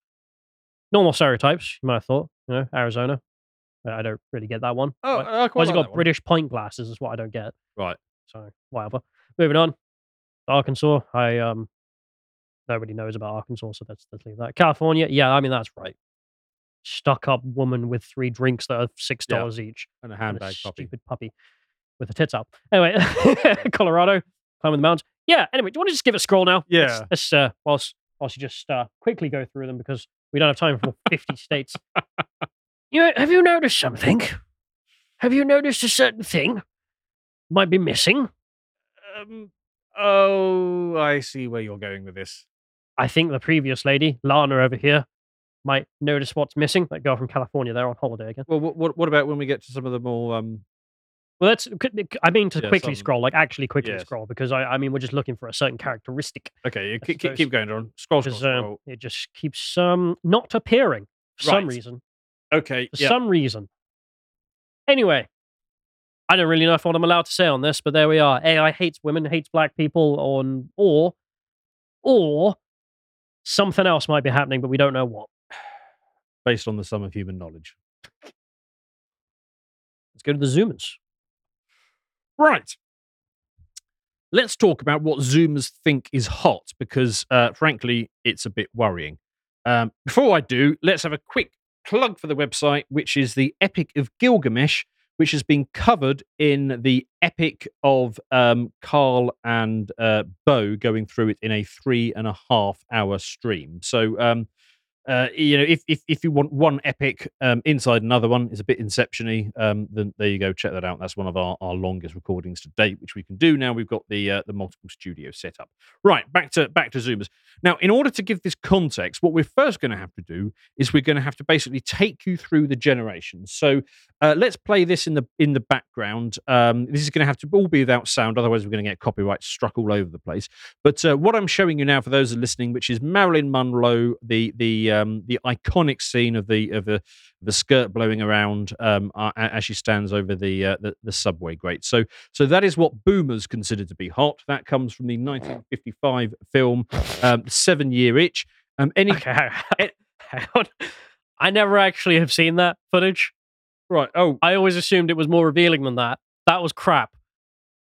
A: Normal stereotypes. You might have thought. You know, Arizona. Uh, I don't really get that one.
B: Oh,
A: Why-
B: I quite
A: Why's it
B: like
A: got
B: that one.
A: British pint glasses? Is what I don't get.
B: Right.
A: So whatever. Moving on. Arkansas. I um nobody knows about Arkansas, so let's, let's leave that. California. Yeah, I mean that's right. Stuck up woman with three drinks that are six
B: Yeah.
A: dollars each.
B: And a
A: and a
B: handbag puppy.
A: Stupid puppy with the tits up. Anyway, (laughs) Colorado climbing the mountains. Yeah. Anyway, do you want to just give it a scroll now? Let's-
B: Yeah.
A: Let's uh, whilst whilst you just uh, quickly go through them because we don't have time
B: (laughs)
A: for fifty states. You know, have you noticed something? Have you noticed a certain thing might be missing?
B: Um, oh, I see where you're going with this.
A: I think the previous lady, Lana over here, might notice what's missing. That girl from California, they're on holiday again.
B: Well, what, what, what about when we get to some of the more. Um...
A: Well, that's, could- I mean, to
B: Yeah,
A: quickly
B: some-
A: scroll, like actually quickly
B: Yes.
A: scroll, because I, I mean, we're just looking for a certain characteristic.
B: Okay,
A: I
B: keep,
A: suppose-
B: keep going, John. Scroll, scroll,
A: Because um,
B: scroll.
A: it just keeps um, not appearing for some
B: Right.
A: reason.
B: Okay,
A: For
B: yeah.
A: some reason. Anyway, I don't really know if what I'm allowed to say on this, but there we are. AI hates women, hates black people, on or or something else might be happening, but we don't know what.
B: based on the sum of human knowledge.
A: Let's go to the Zoomers.
B: Right. Let's talk about what Zoomers think is hot because, uh, frankly, it's a bit worrying. Um, before I do, let's have a quick plug for the website, which is the Epic of Gilgamesh, which has been covered in the Epic of um, Carl and uh, Bo going through it in a three and a half hour stream. So, um, uh, you know, if, if if you want one epic um, inside another one, it's a bit inception-y, um, then there you go. Check that out. That's one of our, our longest recordings to date, which we can do now. We've got the uh, the multiple studio set up. Right, back to back to Zoomers. Now, in order to give this context, what we're first going to have to do is we're going to have to basically take you through the generations. So uh, let's play this in the in the background. Um, this is going to have to all be without sound, otherwise we're going to get copyright struck all over the place. But uh, what I'm showing you now, for those who are listening, which is Marilyn Monroe, the the um, the iconic scene of the of the, the skirt blowing around um, a- a- as she stands over the, uh, the the subway grate. So so that is what boomers consider to be hot. That comes from the 1955 film um, Seven Year Itch. Um, any
A: Okay, hang on. hang on. I never actually have seen that footage.
B: right? Oh,
A: I always assumed it was more revealing than that. That was crap.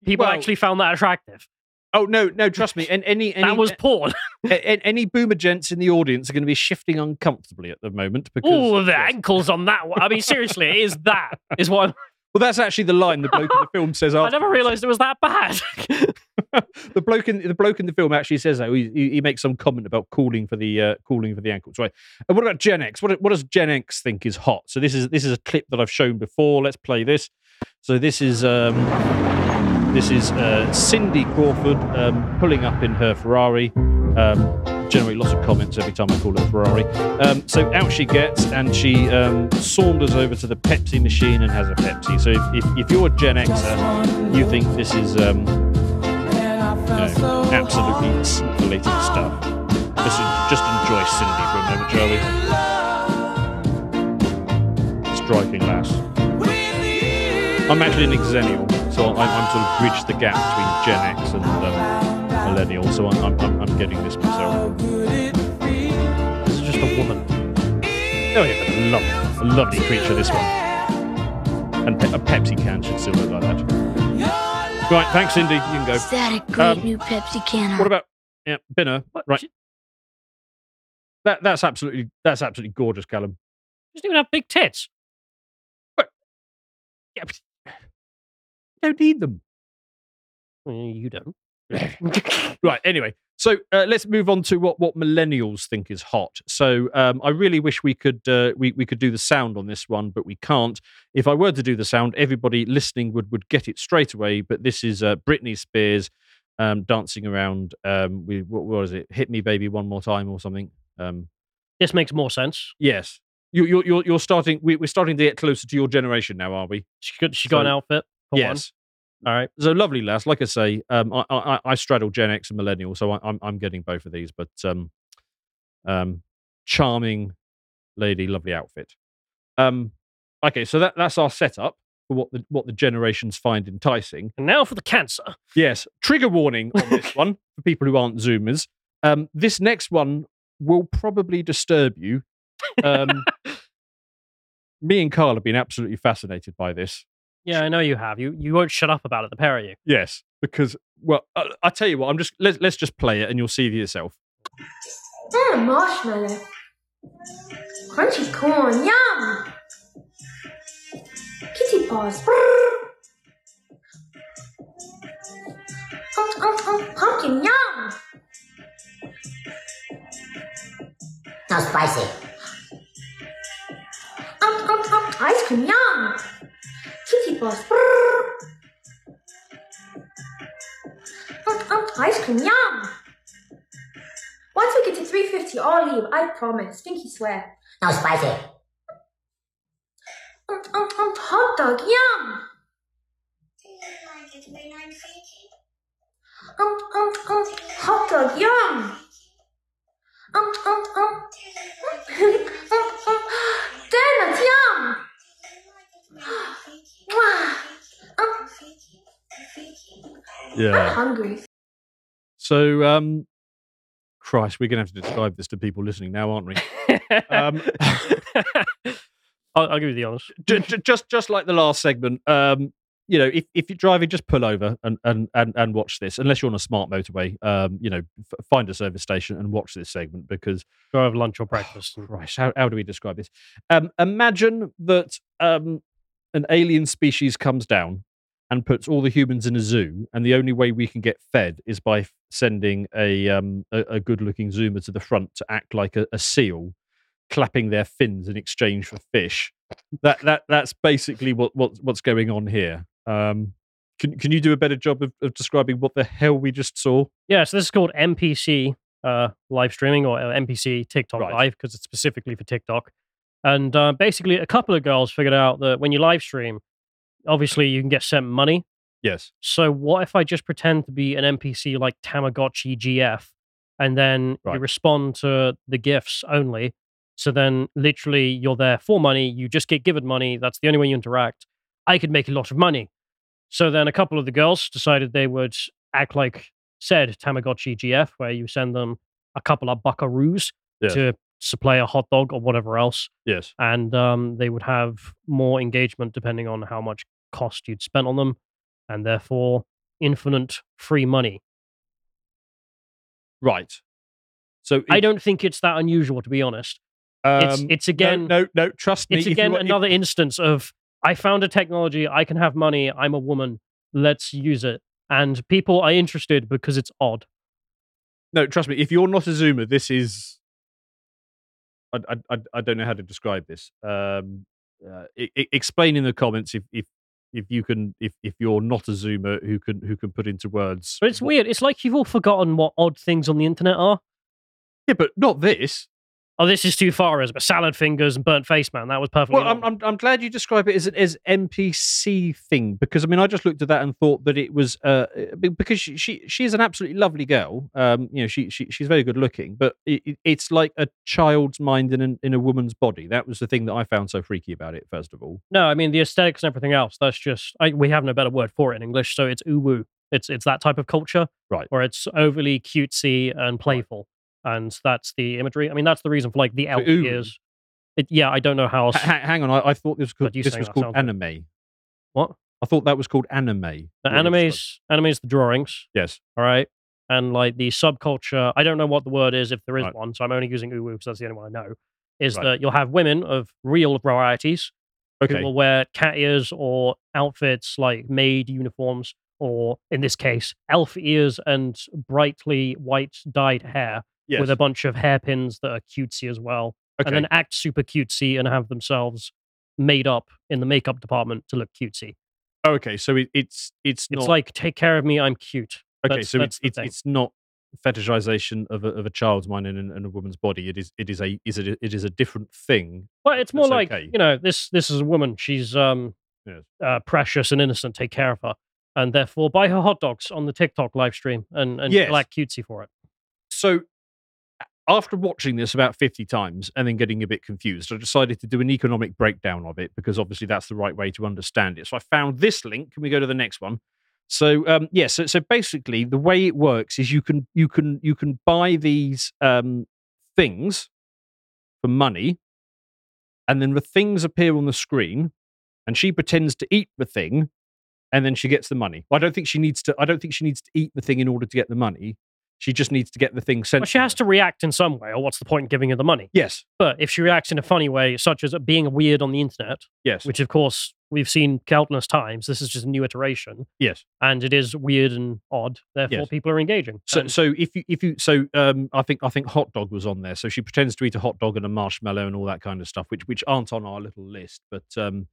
A: People
B: Well-
A: actually found that attractive.
B: oh no, no. Trust me. And eh, any, any
A: that was porn.
B: a- a- any boomer gents in the audience are going to be shifting uncomfortably at the moment because
A: Ooh, the
B: Yes.
A: ankles on that one. I mean, seriously, it is that is what I'm-
B: Well, that's actually the line the bloke in the film
A: (laughs)
B: says.
A: I never
B: afterwards.
A: realized it was that bad. (laughs)
B: the bloke in the bloke in the film actually says that he, he he makes some comment about calling for the uh, calling for the ankles, right? And what about Gen X? What what does Gen X think is hot? So this is this is a clip that I've shown before. Let's play this. So this is um, this is uh, Cindy Crawford um, pulling up in her Ferrari. Um, generate lots of comments every time I call it a Ferrari. Um, so out she gets, and she um, saunders over to the Pepsi machine and has a Pepsi. So if, if, if you're a Gen Xer, you think this is um, know, absolutely scintillating stuff. Just, just enjoy Cindy for a moment, shall we? Striking lass. I'm actually an exennial, so I'm, I'm sort of bridged the gap between Gen X and um, millennial, so I'm, I'm, I'm, I'm getting this myself.
A: this is just a woman.
B: Oh, yeah, but a lovely, a lovely creature, this one. And pe- a Pepsi can should still look like that. Right, thanks, Cindy. You can go.
C: Is that a great
B: Um,
C: new Pepsi can?
B: What about yeah, Binner.
A: What?
B: Right.
A: She
B: That that's absolutely that's absolutely gorgeous, Callum.
A: doesn't even have big tits.
B: Yeah, but don't need them.
A: Well, you don't. (laughs)
B: Right. Anyway, so uh, let's move on to what what millennials think is hot. So um, I really wish we could uh, we we could do the sound on this one, but we can't. If I were to do the sound, everybody listening would would get it straight away. But this is uh, Britney Spears um, dancing around um, with what was it? Hit me, baby, one more time or something. Um,
A: This makes more sense.
B: yes. You, you're, you're, you're starting, we, we're starting to get closer to your generation now, are we?
A: She's got, she's got an
B: So-
A: outfit. For one.
B: yes. All right. So lovely lass. Like I say, um, I, I, I straddle Gen X and Millennial, so I, I'm I'm getting both of these. But um, um, charming lady, lovely outfit. Um, okay. So that that's our setup for what the what the generations find enticing.
A: And now for the cancer.
B: Yes. Trigger warning on
A: (laughs)
B: this one for people who aren't Zoomers. Um, this next one will probably disturb you.
A: (laughs)
B: Um, me and Carl have been absolutely fascinated by this.
A: Yeah, I know you have. You you won't shut up about it, the pair of
B: (laughs)
A: you. (laughs)
B: Yes, because well, I, I tell you what, I'm just let's let's just play it and you'll see for yourself.
C: They're marshmallow. Crunchy corn, yum! Kitty paws, brrr. Ump, ump, ump, pumpkin, yum!
D: Now spicy.
C: Ump, ump, ump, ice cream, yum! Kitty paws, brrr. Ump, ump, ice cream, yum! Once we get to 350, I'll leave, I promise. Stinky swear.
D: Now spicy.
C: Ump, ump, ump, Um, hot dog, yum! Um, um, um, hot dog, yum! Um, um, um, um, um, donuts, yum! (gasps) Mwah. Um, I'm
B: Yeah.
C: hungry.
B: (laughs) So, um, Christ, we're going to have to describe this to people listening now, aren't we? Um,
A: I'll, I'll give you the honest.
B: Ju- ju- just just like the last segment, um, you know, if, if you're driving, just pull over and, and and and watch this. Unless you're on a smart motorway, um, you know, f- find a service station and watch this segment because.
A: Go have lunch or breakfast.
B: Oh,
A: and-
B: Christ, how, how do we describe this? Um, imagine that um, an alien species comes down and puts all the humans in a zoo, and the only way we can get fed is by f- sending a, um, a, a good looking zoomer to the front to act like a, a seal, clapping their fins in exchange for fish. That, that, that's basically what, what, what's going on here. Um, can, can you do a better job of, of describing what the hell we just saw?
A: Yeah, so this is called MPC uh, live streaming or uh, MPC TikTok
B: Right.
A: live because it's specifically for TikTok. And uh, basically, a couple of girls figured out that when you live stream, obviously you can get sent money.
B: Yes.
A: So what if I just pretend to be an NPC like Tamagotchi GF, and then you
B: Right.
A: respond to the gifts only? So then, literally, you're there for money. You just get given money. That's the only way you interact. I could make a lot of money. So then, a couple of the girls decided they would act like said Tamagotchi GF, where you send them a couple of buckaroos
B: Yeah.
A: to supply a hot dog or whatever else
B: Yes.
A: and um, they would have more engagement depending on how much cost you'd spent on them, and therefore infinite free money.
B: Right. So
A: I
B: it-
A: don't think it's that unusual, to be honest. It's
B: um,
A: it's again
B: No, no, no, trust me.
A: it's
B: if you
A: again
B: want- if-
A: another instance of I found a technology, I can have money, I'm a woman, let's use it, and people are interested because it's odd.
B: no, trust me. If you're not a Zoomer, this is. I, I- I, I don't know how to describe this. Um, uh, e- e- explain in the comments if, if if you can if if you're not a Zoomer who can who can put into words.
A: But it's
B: what-
A: weird. It's like you've all forgotten what odd things on the internet are.
B: Yeah, but not this.
A: Oh, this is too far, as but salad fingers and burnt face man. That was perfectly.
B: Well, I'm,
A: normal.
B: I'm I'm glad you describe it as an as NPC thing because I mean I just looked at that and thought that it was uh be- because she she, she is an absolutely lovely girl um you know she, she she's very good looking but it, it- it's like a child's mind in an, in a woman's body that was the thing that I found so freaky about it first of all
A: No, I mean the aesthetics and everything else. That's just I, we have no better word for it in English. So it's uwu. It's it's that type of culture,
B: Right.
A: Where it's overly cutesy and playful, and that's the imagery. I mean, that's the reason for like the elf
B: uwu.
A: ears. It, yeah, I don't know how else.
B: Ha- ha- hang on I, I thought this was called,
A: God, you
B: this
A: saying
B: was
A: that
B: called
A: sounds
B: anime
A: What?
B: I thought that was called anime
A: the
B: What it was
A: animes, animes, the drawings.
B: like. yes
A: All right, and like the subculture. I don't know what the word is if there is
B: Right.
A: one, so I'm only using uwu because that's the only one I know. Is
B: Right.
A: that you'll have women of real varieties
B: Okay.
A: who will wear cat ears or outfits like maid uniforms, or in this case, elf ears and brightly white dyed hair
B: yes.
A: with a bunch of hairpins that are cutesy as well,
B: okay.
A: and then act super cutesy and have themselves made up in the makeup department to look cutesy.
B: Oh, okay. So it, it's it's
A: It's
B: not
A: like take care of me, I'm cute.
B: okay.
A: that's-
B: so
A: that's
B: it's
A: the
B: it's,
A: thing.
B: it's not fetishization of a, of a child's mind and, and a woman's body. It is it is a is it, it is a different thing.
A: Well, it's more
B: That's
A: like
B: okay.
A: you know this this is a woman. She's um
B: Yes.
A: uh, precious and innocent. Take care of her, and therefore buy her hot dogs on the TikTok live stream and and
B: Yes.
A: black cutesy for it.
B: So a- after watching this about 50 times and then getting a bit confused, I decided to do an economic breakdown of it because obviously that's the right way to understand it. So I found this link. Can we go to the next one? So um, yeah, so, so basically the way it works is you can you can you can buy these um, things for money, and then the things appear on the screen, and she pretends to eat the thing, and then she gets the money. I don't think she needs to. I don't think she needs to eat the thing in order to get the money. She just needs to get the thing sent.
A: Well, she
B: to
A: has
B: her.
A: to react in some way, or what's the point in giving her the money?
B: Yes.
A: But if she reacts in a funny way, such as being weird on the internet,
B: Yes.
A: which of course we've seen countless times, this is just a new iteration,
B: yes.
A: and it is weird and odd. Therefore,
B: Yes.
A: people are engaging.
B: So
A: And-
B: so if you if you so um I think I think hot dog was on there. So she pretends to eat a hot dog and a marshmallow and all that kind of stuff, which which aren't on our little list. But um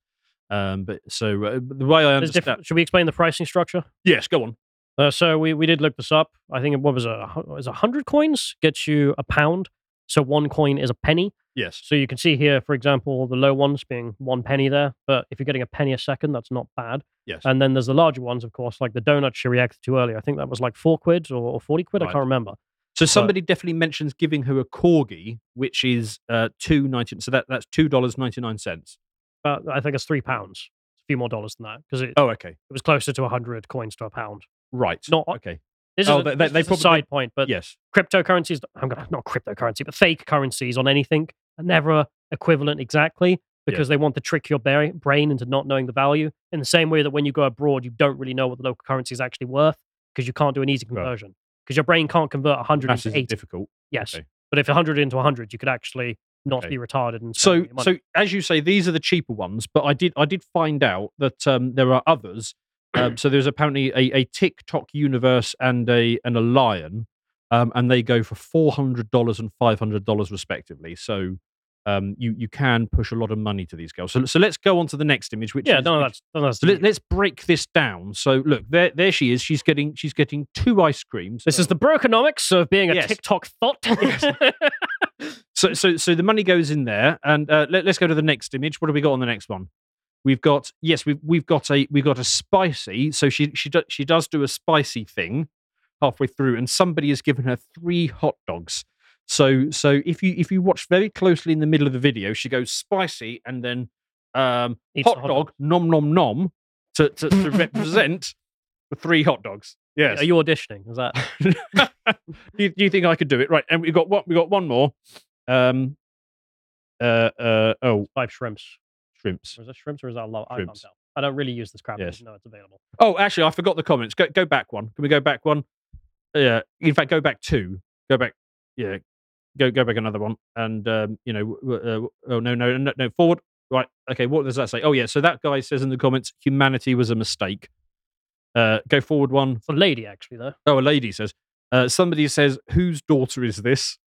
B: um but so uh, the way I
A: there's
B: understand.
A: different- should we explain the pricing structure?
B: yes. Go on.
A: Uh, so we, we did look this up. I think it, what was it? It was 100 coins gets you a pound. So one coin is a penny.
B: Yes.
A: So you can see here, for example, the low ones being one penny there. But if you're getting a penny a second, that's not bad.
B: Yes.
A: And then there's the larger ones, of course, like the donut she reacted to earlier. I think that was like four quid or, or 40 quid. I
B: Right.
A: can't remember.
B: So somebody definitely mentions giving her a corgi, which is uh two ninety. So that that's two dollars ninety nine cents.
A: But I think it's three pounds. A few more dollars than that because it,
B: Oh, okay.
A: it was closer to 100 coins to a pound.
B: Right.
A: Not-
B: okay.
A: This
B: Oh,
A: is a,
B: they- they-
A: this
B: they
A: is a
B: probably-
A: side point, but
B: yes.
A: cryptocurrencies i'm gonna not cryptocurrency but fake currencies on anything are never equivalent exactly because they want to trick your bra- brain into not knowing the value in the same way that when you go abroad you don't really know what the local currency is actually worth because you can't do an easy
B: Right.
A: conversion because your brain can't convert 100
B: Maths
A: into
B: is
A: 80
B: difficult.
A: yes
B: okay.
A: but if 100 into 100 you could actually not be
B: Okay.
A: retarded and
B: so
A: spend your money.
B: so as you say these are the cheaper ones but i did i did find out that um there are others
A: (clears throat)
B: um so there's apparently a, a tiktok universe and a and a lion um and they go for four hundred dollars and five hundred dollars respectively so um you you can push a lot of money to these girls so so let's go on to the next image which
A: yeah
B: is,
A: none of
B: which-
A: that's none of that's
B: so let,
A: new.
B: let's break this down so look there there she is she's getting she's getting two ice creams
A: this is the broconomics of being a
B: Yes.
A: tiktok
B: (laughs)
A: thought (laughs)
B: So, so, so the money goes in there, and uh, let, us go to the next image. What have we got on the next one? We've got yes, we've we've got a we've got a spicy. So she she do, she does do a spicy thing halfway through, and somebody has given her three hot dogs. So so if you if you watch very closely in the middle of the video, she goes spicy and then um,
A: Eats the
B: hot, dog, nom nom nom to to, to represent the three hot dogs. Yes.
A: are you auditioning is that
B: (laughs) do, you, do you think I could do it? Right, and we've got what we got one more. Um, uh, uh, oh,
A: five shrimps
B: shrimps.
A: or is that shrimps or is that love I can't
B: Shrimps.
A: tell I don't really use this crap
B: Yes.
A: even though it's available
B: Oh, actually, I forgot the comments. Go go back one. Can we go back one? Yeah. In fact, go back two. Go back. Yeah. Go go back another one. And um, you know, w- w- uh, oh no no no no forward. Right. Okay. What does that say? Oh yeah. So that guy says in the comments, humanity was a mistake. Uh, go forward one.
A: It's a lady, actually, though.
B: Oh, a lady says. Uh, somebody says, whose daughter is this?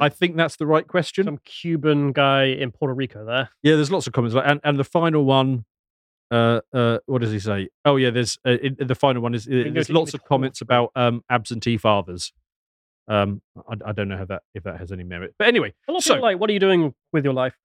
B: I think that's the right question.
A: Some Cuban guy in Puerto Rico there.
B: Yeah, there's lots of comments. Like, and and the final one, uh, uh, what does he say? Oh yeah, there's uh, in, the final one is uh,
A: can go
B: there's
A: to
B: lots
A: image
B: of comments about um absentee fathers. Um, I, I don't know how that if that has any merit, but anyway,
A: A lot of
B: So-
A: people are like, what are you doing with your life?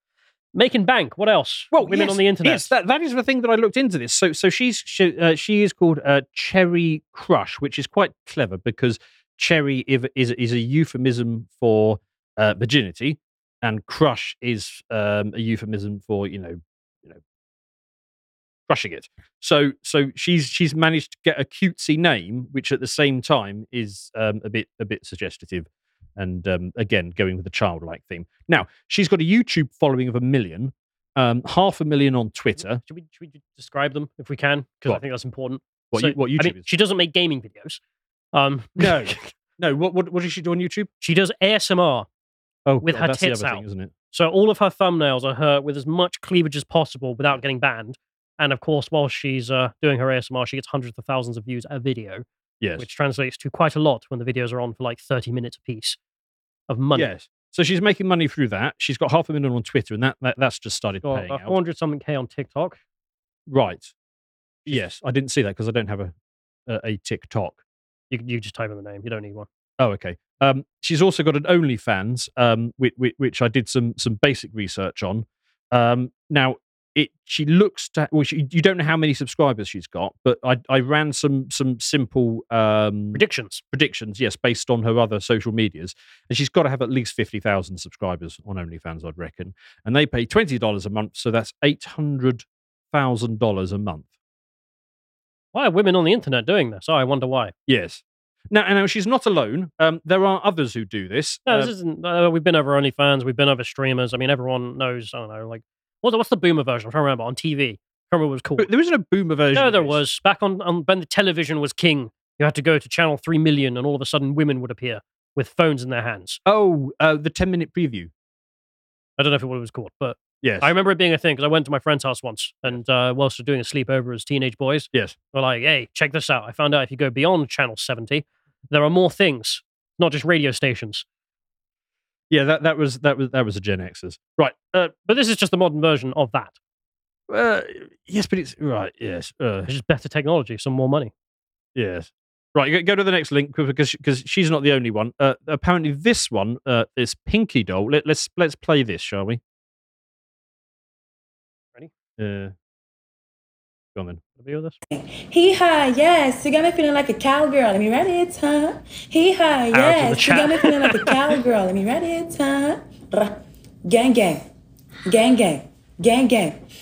A: Making bank. What else? women
B: yes,
A: on the internet.
B: Yes, that, that is the thing that I looked into this. So so she's she, uh, she is called uh, Cherry Crush, which is quite clever because cherry is is, is a euphemism for uh, virginity, and crush is um, a euphemism for you know you know crushing it. So so she's she's managed to get a cutesy name, which at the same time is um, a bit a bit suggestive. And um, again, going with the childlike theme. Now, she's got a YouTube following of a million, um, half a million on Twitter.
A: Should we, should we describe them if we can? Because I
B: What?
A: think that's important.
B: What,
A: So,
B: you, what
A: I
B: YouTube
A: mean,
B: is?
A: she doesn't make gaming videos. Um,
B: (laughs) No. No, what, what what does she do on YouTube?
A: she does ASMR.
B: Oh,
A: With her
B: that's the
A: tits
B: other
A: out.
B: thing, isn't it?
A: So all of her thumbnails are her with as much cleavage as possible without getting banned. And of course, while she's uh, doing her ASMR, she gets hundreds of thousands of views a video,
B: Yes.
A: which translates to quite a lot when the videos are on for like 30 minutes apiece of money.
B: Yes. So she's making money through that. She's got half a million on Twitter, and that, that that's just started
A: Got
B: paying
A: uh,
B: out.
A: 400 something K on TikTok.
B: Right. Yes, I didn't see that because I don't have a a, a TikTok.
A: You, you just type in the name. You don't need one.
B: Oh, okay. Um, she's also got an OnlyFans, um, which, which I did some some basic research on. Um, now, it she looks to well, she, you don't know how many subscribers she's got, but I, I ran some some simple um,
A: Predictions.
B: predictions, yes, based on her other social medias, and she's got to have at least fifty thousand subscribers on OnlyFans, I'd reckon, and they pay twenty dollars a month, so that's eight hundred thousand dollars a month.
A: Why are women on the internet doing this? Oh, I wonder why.
B: Yes. Now, and now she's not alone. Um, there are others who do this.
A: No,
B: Uh,
A: this isn't. Uh, we've been over OnlyFans. We've been over streamers. I mean, everyone knows. I don't know. Like, what, what's the boomer version? I'm trying to remember on TV. I can't remember what it was called.
B: But there isn't a boomer version.
A: No,
B: of
A: there
B: this.
A: was. Back on, on when the television was king, you had to go to channel 3 million and all of a sudden women would appear with phones in their hands.
B: Oh, uh, the ten-minute preview.
A: I don't know if it, what it was called, but
B: Yes,
A: I remember it being a thing because I went to my friend's house once and uh, whilst we were doing a sleepover as teenage boys,
B: Yes.
A: we're like, hey, check this out. I found out if you go beyond channel 70, there are more things, not just radio stations.
B: yeah. That that was that was that was a Gen Xers, right? Uh,
A: But this is just the modern version of that.
B: uh, yes, but it's right. Yes, uh,
A: It's just better technology, some more money.
B: yes. Right, go, go to the next link because because she's not the only one. Uh, apparently, this one uh, is Pinky Doll. Let, let's let's play this, shall we?
A: Ready?
B: Uh, go on then.
A: Video of this?
E: Hee ha, yes, you got me feeling like a cowgirl. Let me write it, huh? Hee ha,
A: in the
E: yes, you
A: chat.
E: got me
B: (laughs)
E: feeling like a cowgirl. Let me write it, huh? Rah. Gang gang, gang gang, gang gang. (sighs)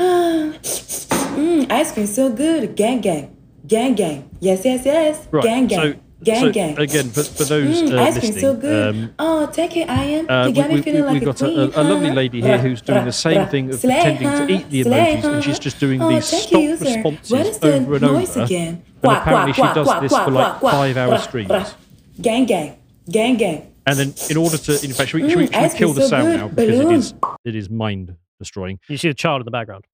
E: Ah, mm, ice cream so good. Gang gang, gang gang. Yes, yes, yes.
B: Right,
E: gang
B: so-
E: gang, gang
B: so,
E: gang.
B: again, for- for those,
E: mm,
B: uh,
E: ice cream so
B: listening,
E: good.
B: um,
E: oh, take it, I am.
B: Uh,
E: you got
B: we,
E: me feeling like
B: have
E: a
B: got a,
E: queen.
B: a, a lovely
E: huh?
B: lady here
E: Rah,
B: who's doing the
E: rah,
B: same
E: rah.
B: thing of
E: Slay,
B: pretending
E: huh?
B: to eat the
E: Slay,
B: emojis, and she's
E: huh?
B: just doing
E: Oh,
B: these
E: thank
B: stop
E: you, sir.
B: responses
E: What is the
B: over and
E: noise
B: over.
E: again?
B: But
E: Quack,
B: apparently
E: quack,
B: she does
E: quack,
B: this
E: quack,
B: for like
E: quack, quack.
B: five-hour
E: Rah,
B: streams,
E: rah. Gang gang, gang gang.
B: and then in order to, in fact, should we, should we,
E: Mm,
B: should we
E: ice
B: kill
E: cream
B: the
E: so
B: sound
E: good.
B: now because it
E: Balloon.
B: is it is mind destroying.
A: You see the child in the background.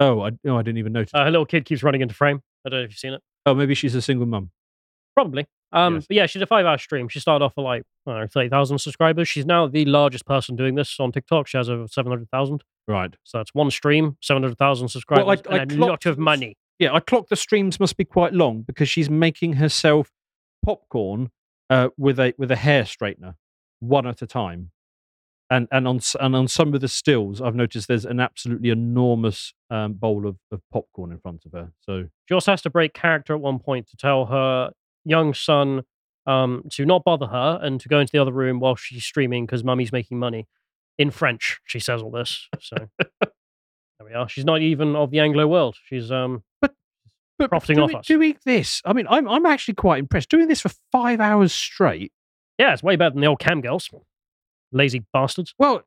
B: Oh, I, no, I didn't even notice.
A: Uh, her little kid keeps running into frame. I don't know if you've seen it.
B: oh, maybe she's a single mum.
A: Probably. Um,
B: Yes.
A: But yeah, she did a five hour stream. She started off with like, I don't know, 30,000 subscribers. She's now the largest person doing this on TikTok. She has over 700,000.
B: Right.
A: So that's one stream, 700,000 subscribers,
B: I
A: and a
B: clocked
A: lot of
B: this.
A: money.
B: Yeah, I clocked the streams must be quite long because she's making herself popcorn uh, with a with a hair straightener, one at a time, and and on s- and on some of the stills, I've noticed there's an absolutely enormous um, bowl of, of popcorn in front of her. So
A: She also has to break character at one point to tell her young son um, to not bother her and to go into the other room while she's streaming because mummy's making money. In French, she says all this. So
B: (laughs)
A: there we are. She's not even of the Anglo world. She's um,
B: but, but
A: Profiting
B: doing,
A: off us.
B: doing this, I mean, I'm I'm actually quite impressed. Doing this for five hours straight.
A: yeah, it's way better than the old cam girls. Lazy bastards.
B: Well,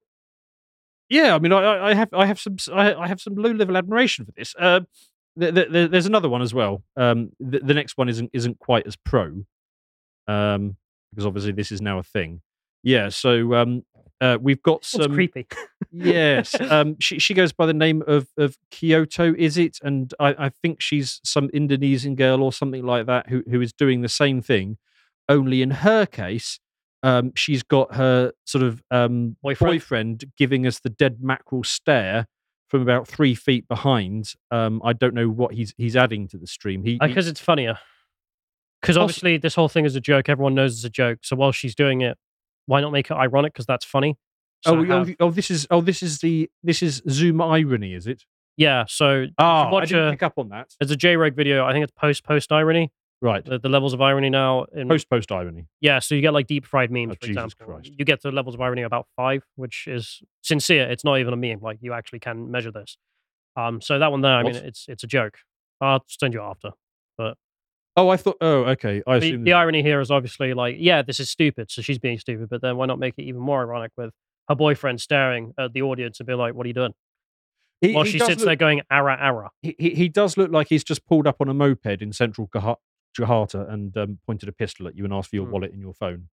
B: yeah, I mean, I- I, I have I have some I, I have some low level admiration for this. Uh, th- th- th- there's another one as well. Um, the, the next one isn't isn't quite as pro, um, because obviously this is now a thing. Yeah, so um, uh, we've got
A: It's
B: some.
A: creepy.
B: yes, um, she she goes by the name of of Kyoto, is it? And I, I think she's some Indonesian girl or something like that who who is doing the same thing, only in her case, um, she's got her sort of um,
A: Boyfriend.
B: boyfriend giving us the dead mackerel stare from about three feet behind. Um, I don't know what he's he's adding to the stream. He, he-
A: because it's funnier. Because
B: Possi-
A: obviously, this whole thing is a joke. Everyone knows it's a joke. So while she's doing it, why not make it ironic? Because that's funny. So
B: oh, oh,
A: have-
B: oh, this is oh, this is the this is Zoom irony, is it?
A: yeah. So
B: Ah, I
A: watch
B: didn't
A: a-
B: pick up on that.
A: there's a J Rogue video. I think it's post post irony.
B: Right,
A: The, the levels of irony now. In,
B: post post irony.
A: yeah. So you get like deep fried memes,
B: Oh,
A: for
B: Jesus
A: example.
B: Christ.
A: You get to levels of irony about five, which is sincere. It's not even a meme. Like you actually can measure this. Um. So that one there, I mean,
B: What?
A: it's it's a joke. I'll send you after.
B: Oh, I thought. Oh, okay. I
A: the,
B: assume
A: the irony here is obviously like, yeah, this is stupid, so she's being stupid, but then why not make it even more ironic with her boyfriend staring at the audience and be like, "What are you doing?"
B: He-
A: While
B: he
A: she
B: does
A: sits
B: look-
A: there going, "Ara, ara."
B: he, he he does look like he's just pulled up on a moped in central Koha- Jaharta and um, pointed a pistol at you and asked for your
A: Hmm.
B: wallet and your phone.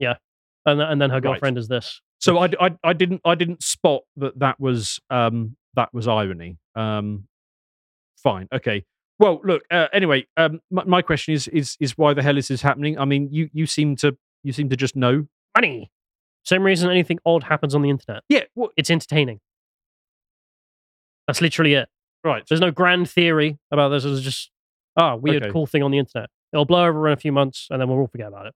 A: and, th- and then her
B: Right.
A: girlfriend is this.
B: So I, d- I- I didn't I didn't spot that that was um, that was irony. Um, fine, okay. Well, look. Uh, anyway, um, my, my question is is is why the hell is this happening? I mean, you you seem to you seem to just know.
A: Funny. Same reason anything odd happens on the internet.
B: Yeah. What?
A: It's entertaining. That's literally it.
B: Right.
A: There's no grand theory about this. It's just ah weird
B: Okay.
A: cool thing on the internet. It'll blow over in a few months, and then we'll all forget about it.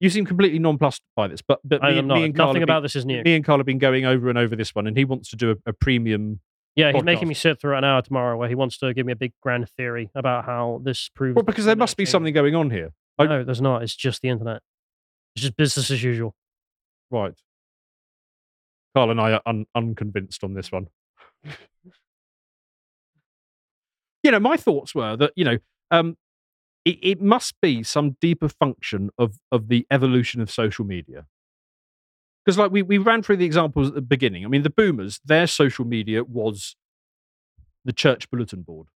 B: You seem completely nonplussed by this, but but
A: I
B: me,
A: am
B: and-
A: not.
B: me and Carl
A: Nothing
B: have
A: about this is
B: been,
A: new.
B: me and Carl have been going over and over this one, and he wants to do a, a premium.
A: Yeah, he's
B: podcast.
A: making me sit through an hour tomorrow where he wants to give me a big grand theory about how this proves.
B: Well, because there must be
A: entertaining.
B: something going on here, I-
A: No, there's not. It's just the internet. It's just business as usual.
B: right? Carl and I are un- unconvinced on this one. (laughs) you know, my thoughts were that you know, um, it, it must be some deeper function of of the evolution of social media. Because like we we ran through the examples at the beginning. I mean, the boomers, their social media was the church bulletin board,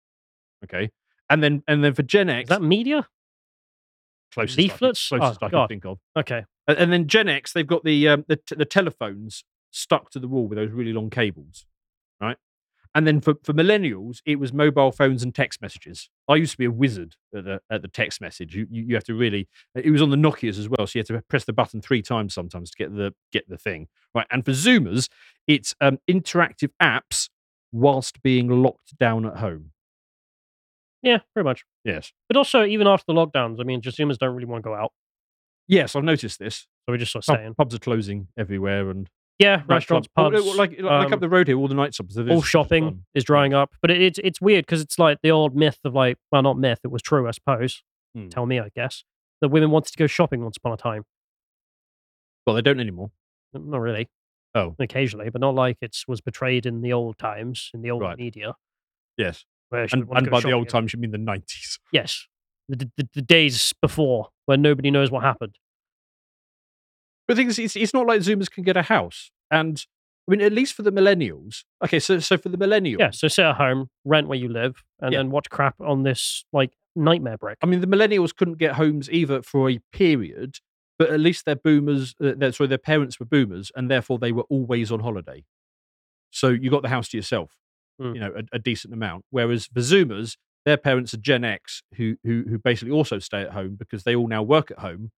B: okay, and then and then for Gen X,
A: Is that media?
B: closest
A: leaflets?
B: I, could- closest
A: Oh,
B: I can
A: God.
B: think of.
A: Okay.
B: And, and then Gen X, they've got the, um, the t- the telephones stuck to the wall with those really long cables, right? And then for, for millennials, it was mobile phones and text messages. I used to be a wizard at the, at the text message. You, you you have to really. It was on the Nokia's as well, so you had to press the button three times sometimes to get the get the thing right. And for Zoomers, it's um, interactive apps whilst being locked down at home.
A: Yeah, pretty much.
B: Yes,
A: But also, even after the lockdowns, I mean, just Zoomers don't really want to go out.
B: yes, I've noticed this.
A: So we're just sort of
B: Pub-
A: staying.
B: pubs are closing everywhere, and
A: Yeah, restaurants,
B: All-
A: pubs,
B: all- like like, like
A: um,
B: up the road here, all the night subs. they've
A: all
B: just
A: shopping
B: gone.
A: is drying up. But it, it's it's weird because it's like the old myth of like, well, not myth. It was true, I suppose.
B: Hmm.
A: Tell me, I guess that women wanted to go shopping once upon a time.
B: Well, they don't anymore.
A: Not really.
B: Oh.
A: occasionally, but not like it was portrayed in the old times in the old
B: Right.
A: media.
B: Yes,
A: Where she
B: and,
A: would want to
B: and
A: go
B: by the old
A: shopping.
B: times, you mean the nineties.
A: yes, the, the, the- the days before when nobody knows what happened.
B: But the thing is, it's, it's not like Zoomers can get a house, and I mean, at least for the millennials. Okay, so so for the millennials,
A: Yeah, so sit at home, rent where you live, and
B: Yeah.
A: then watch crap on this like nightmare brick.
B: I mean, the millennials couldn't get homes either for a period, but at least their boomers, uh, their, sorry, their parents were boomers, and therefore they were always on holiday. So you got the house to yourself,
A: Mm.
B: you know, a, a decent amount. Whereas the Zoomers, their parents are Gen X, who, who who basically also stay at home because they all now work at home,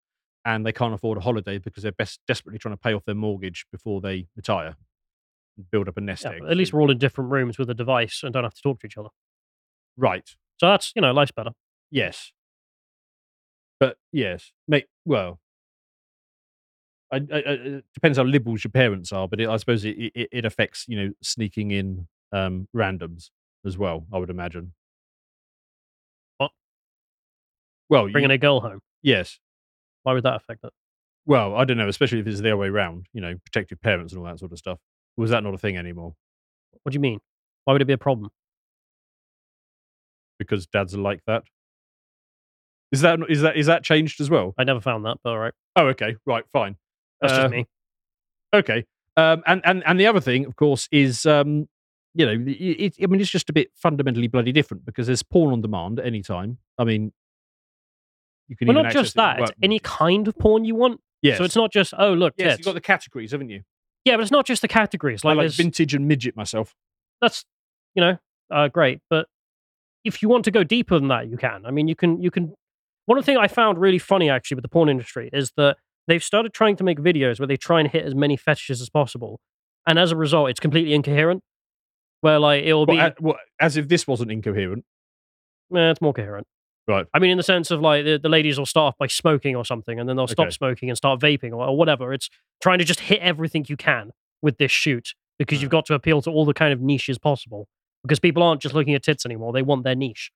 B: and they can't afford a holiday because they're best, desperately trying to pay off their mortgage before they retire, and build up a nest
A: Yeah,
B: egg.
A: but at least we're all in different rooms with a device and don't have to talk to each other.
B: right.
A: So that's you know life's better.
B: Yes. But yes, mate. Well, I, I, I, it depends how liberals your parents are, but it, I suppose it, it, it affects you know sneaking in um, randoms as well. I would imagine.
A: What?
B: Well, you-
A: Bringing a girl home,
B: yes.
A: why would that affect it?
B: Well, I don't know, especially if it's their way round. You know, protective parents and all that sort of stuff. Was that not a thing anymore?
A: What do you mean? Why would it be a problem?
B: Because dads are like that. Is that is that is that changed as well?
A: I never found that, but all right,
B: Oh, okay, right, fine.
A: that's
B: Uh,
A: just me.
B: Okay. Um, and, and and the other thing, of course, is um, you know, the- it, I mean, it's just a bit fundamentally bloody different because there's porn on demand at any time. I mean, you can
A: Well,
B: even
A: not
B: access
A: just
B: it at
A: that. It's
B: work
A: any
B: meetings.
A: kind of porn you want.
B: Yes.
A: So it's not just oh look,
B: yes,
A: tits.
B: you've got the categories, haven't you?
A: yeah, but it's not just the categories.
B: I
A: Like,
B: like
A: there's-
B: vintage and midget myself.
A: that's you know uh, great but if you want to go deeper than that you can i mean you can you can one thing i found really funny actually with the porn industry is that they've started trying to make videos where they try and hit as many fetishes as possible and as a result it's completely incoherent where like it will be
B: Well, a- well, as if this wasn't incoherent.
A: eh, it's more coherent
B: Right.
A: i mean in the sense of like the, the ladies will start off by smoking or something and then they'll stop
B: Okay.
A: smoking and start vaping or, or whatever it's trying to just hit everything you can with this shoot because
B: Mm.
A: you've got to appeal to all the kind of niches possible because people aren't just looking at tits anymore they want their niche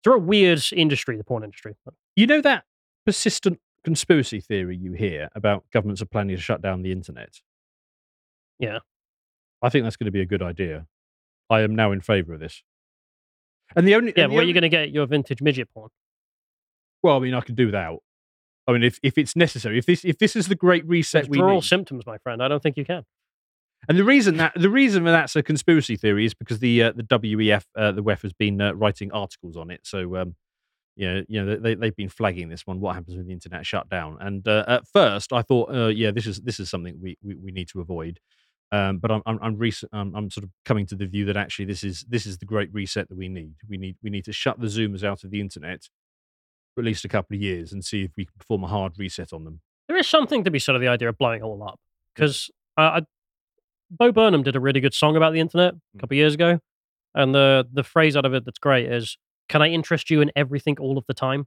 A: it's a real weird industry the porn industry
B: You know that persistent conspiracy theory you hear about governments are planning to shut down the internet?
A: Yeah.
B: I think that's going to be a good idea. I am now in favour of this. And the only
A: yeah
B: and the
A: where are
B: only-
A: you going to get your vintage midget porn
B: Well, I mean, I can do without. I mean, if, if it's necessary, if this if this is the great reset
A: These
B: we
A: are all
B: need,
A: symptoms my friend i don't think you can
B: And the reason that the reason that that's a conspiracy theory is because the uh, the WEF uh, the WEF has been uh, writing articles on it. So um, you know you know they they've been flagging this one. What happens when the internet shut down? And uh, at first I thought uh, yeah this is this is something we we, we need to avoid. Um, but I'm I'm I'm, recent, I'm I'm sort of coming to the view that actually this is this is the great reset that we need. We need we need to shut the Zoomers out of the internet for at least a couple of years and see if we can perform a hard reset on them.
A: There is something to be said of the idea of blowing it all up because I, Bo Burnham did a really good song about the internet
B: Mm.
A: a couple of years ago, and the the phrase out of it that's great is "Can I interest you in everything all of the time?"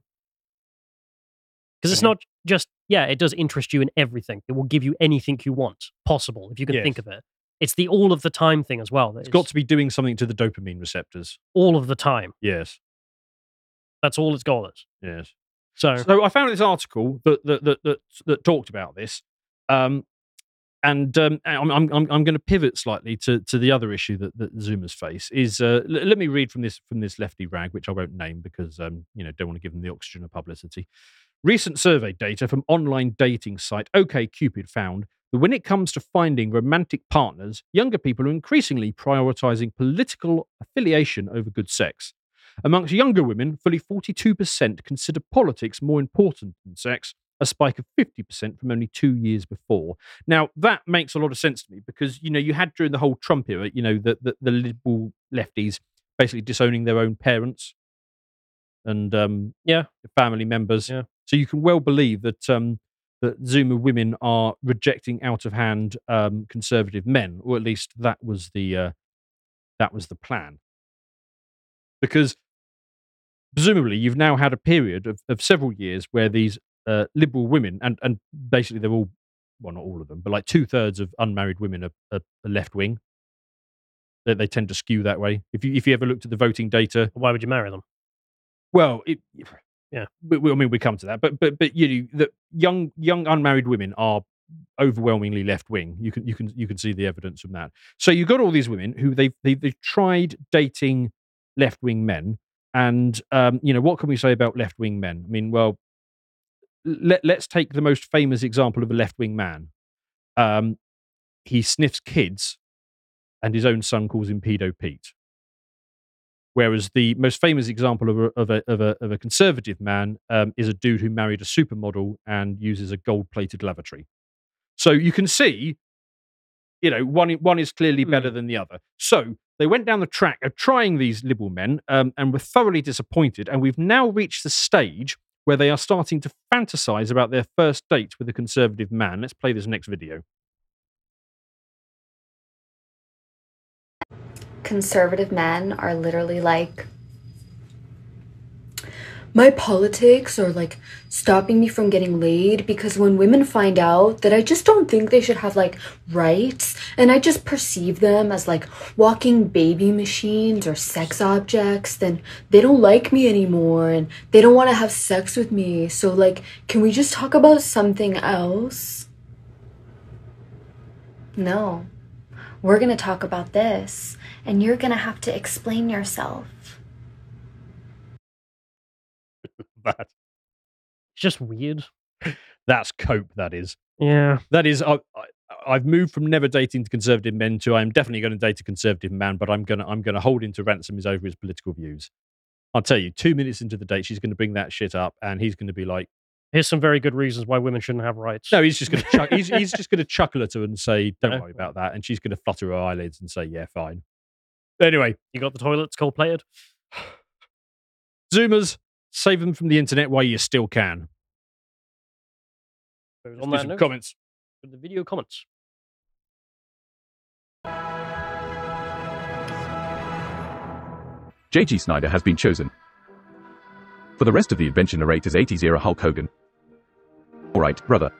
A: Because it's
B: Okay.
A: not just yeah, it does interest you in everything. It will give you anything you want possible if you can think
B: Yes.
A: of it. It's the all of the time thing as well. that
B: It's
A: is
B: got to be doing something to the dopamine receptors.
A: all of the time.
B: Yes,
A: That's all its goal is.
B: yes.
A: So,
B: So I found this article that that that that, that talked about this, um, and um, I'm I'm I'm, I'm going to pivot slightly to to the other issue that, that Zoomers face is. Uh, l- let me read from this from this lefty rag, which I won't name because um, you know don't want to give them the oxygen of publicity. Recent survey data from online dating site OkCupid found that when it comes to finding romantic partners, younger people are increasingly prioritizing political affiliation over good sex. Amongst younger women, fully 42% consider politics more important than sex, a spike of 50% from only two years before. Now, that makes a lot of sense to me because, you know, you had during the whole Trump era, you know, the, the, the liberal lefties basically disowning their own parents and um,
A: Yeah.
B: family members.
A: Yeah.
B: So you can well believe that um, that Zuma women are rejecting out of hand um, conservative men, or at least that was the uh, that was the plan. Because presumably you've now had a period of, of several years where these uh, liberal women and and basically they're all well not all of them but like two thirds of unmarried women are, are, are left wing. They, they tend to skew that way. If you if you ever looked at the voting data,
A: why would you marry them?
B: well, it,
A: Yeah.
B: We, we, I mean, we come to that, but but but you know, the young young unmarried women are overwhelmingly left wing. You can you can you can see the evidence from that. So you've got all these women who they they they tried dating left wing men, and um, you know what can we say about left wing men? I mean, well, let let's take the most famous example of a left wing man. Um, he sniffs kids, and his own son calls him pedo Pete. Whereas the most famous example of a, of a, of a, of a conservative man um, is a dude who married a supermodel and uses a gold plated lavatory. So you can see, you know, one, one is clearly better than the other. So they went down the track of trying these liberal men um, and were thoroughly disappointed. And we've now reached the stage where they are starting to fantasize about their first date with a conservative man. Let's play this next video.
F: conservative men are literally like my politics are like stopping me from getting laid because when women find out that I just don't think they should have like rights and I just perceive them as like walking baby machines or sex objects, then they don't like me anymore and they don't want to have sex with me. So, like, can we just talk about something else? No we're going to talk about this, and you're going to have to explain yourself.
B: (laughs) That,
A: It's just weird.
B: that's cope, that is.
A: Yeah.
B: That is, I, I, I've moved from never dating to conservative men to I'm definitely going to date a conservative man, but I'm going to I'm going to hold him to ransom his over his political views. I'll tell you, two minutes into the date, she's going to bring that shit up, and he's going to be like,
A: Here's some very good reasons why women shouldn't have rights.
B: "No, he's just going to chuck, he's, he's just going to chuckle at her and say,
A: Yeah.
B: don't worry about that," and she's going to flutter her eyelids and say, "Yeah, fine." Anyway,
A: You got the toilets cold plated?
B: Zoomers, save them from the internet while you still can. Let's
A: On
B: do
A: that
B: some
A: note,
B: comments.
A: the video comments.
G: J.G. Snyder has been chosen. For the rest of the adventure narrators 80s era Hulk Hogan. Alright, brother.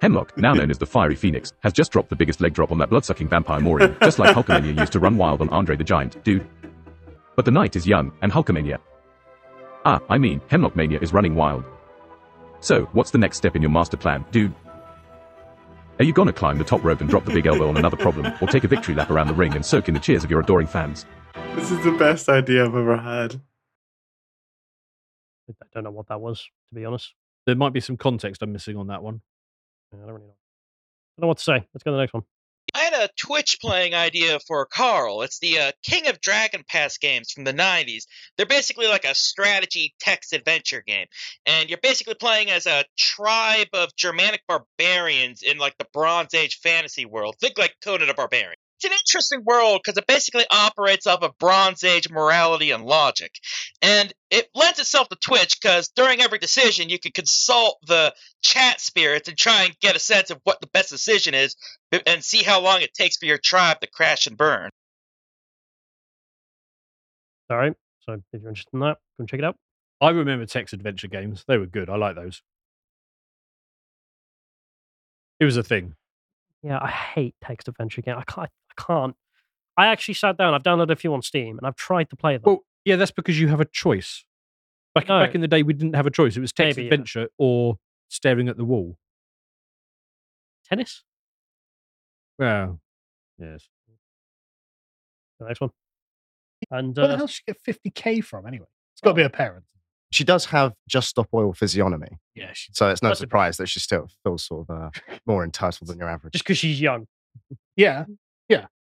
G: Hemlock, now known as the Fiery Phoenix, has just dropped the biggest leg drop on that bloodsucking vampire Maureen, just like Hulkamania used to run wild on Andre the Giant, dude. But the night is young, and Hulkamania. Ah, I mean, Hemlock Mania is running wild. So, what's the next step in your master plan, dude? Are you gonna climb the top rope and drop the big elbow on another problem, or take a victory lap around the ring and soak in the cheers of your adoring fans?
H: This is the best idea I've ever had.
A: I don't know what that was, to be honest.
B: There might be some context I'm missing on that one.
A: Yeah, I don't really know. I don't know what to say. Let's go to the next one.
I: I had a Twitch playing idea for Carl. It's the uh, King of Dragon Pass games from the 90s. They're basically like a strategy text adventure game. And you're basically playing as a tribe of Germanic barbarians in like the Bronze Age fantasy world. Think like Conan the Barbarian. It's an interesting world because it basically operates off of Bronze Age morality and logic. And it lends itself to Twitch because during every decision, you can consult the chat spirits and try and get a sense of what the best decision is b- and see how long it takes for your tribe to crash and burn.
A: All right. So if you're interested in that, go and check it out.
B: I remember text adventure games. They were good. I like those. It was a thing.
A: Yeah, I hate text adventure games. I can't. I can't. I actually sat down. I've downloaded a few on Steam and I've tried to play them.
B: Well, yeah, that's because you have a choice. Back,
A: No.
B: back in the day, we didn't have a choice. It was text
A: Maybe, yeah.
B: adventure or staring at the wall.
A: Tennis.
B: Wow. Yes.
A: The next one. And
J: Where the
A: uh,
J: hell did she get 50k from anyway? It's got to be a parent.
K: She does have just stop oil physiognomy,
J: Yeah, she,
K: so it's no
A: That's a-
K: surprise that she still feels sort of uh, more entitled than your average.
A: just because she's young.
J: yeah,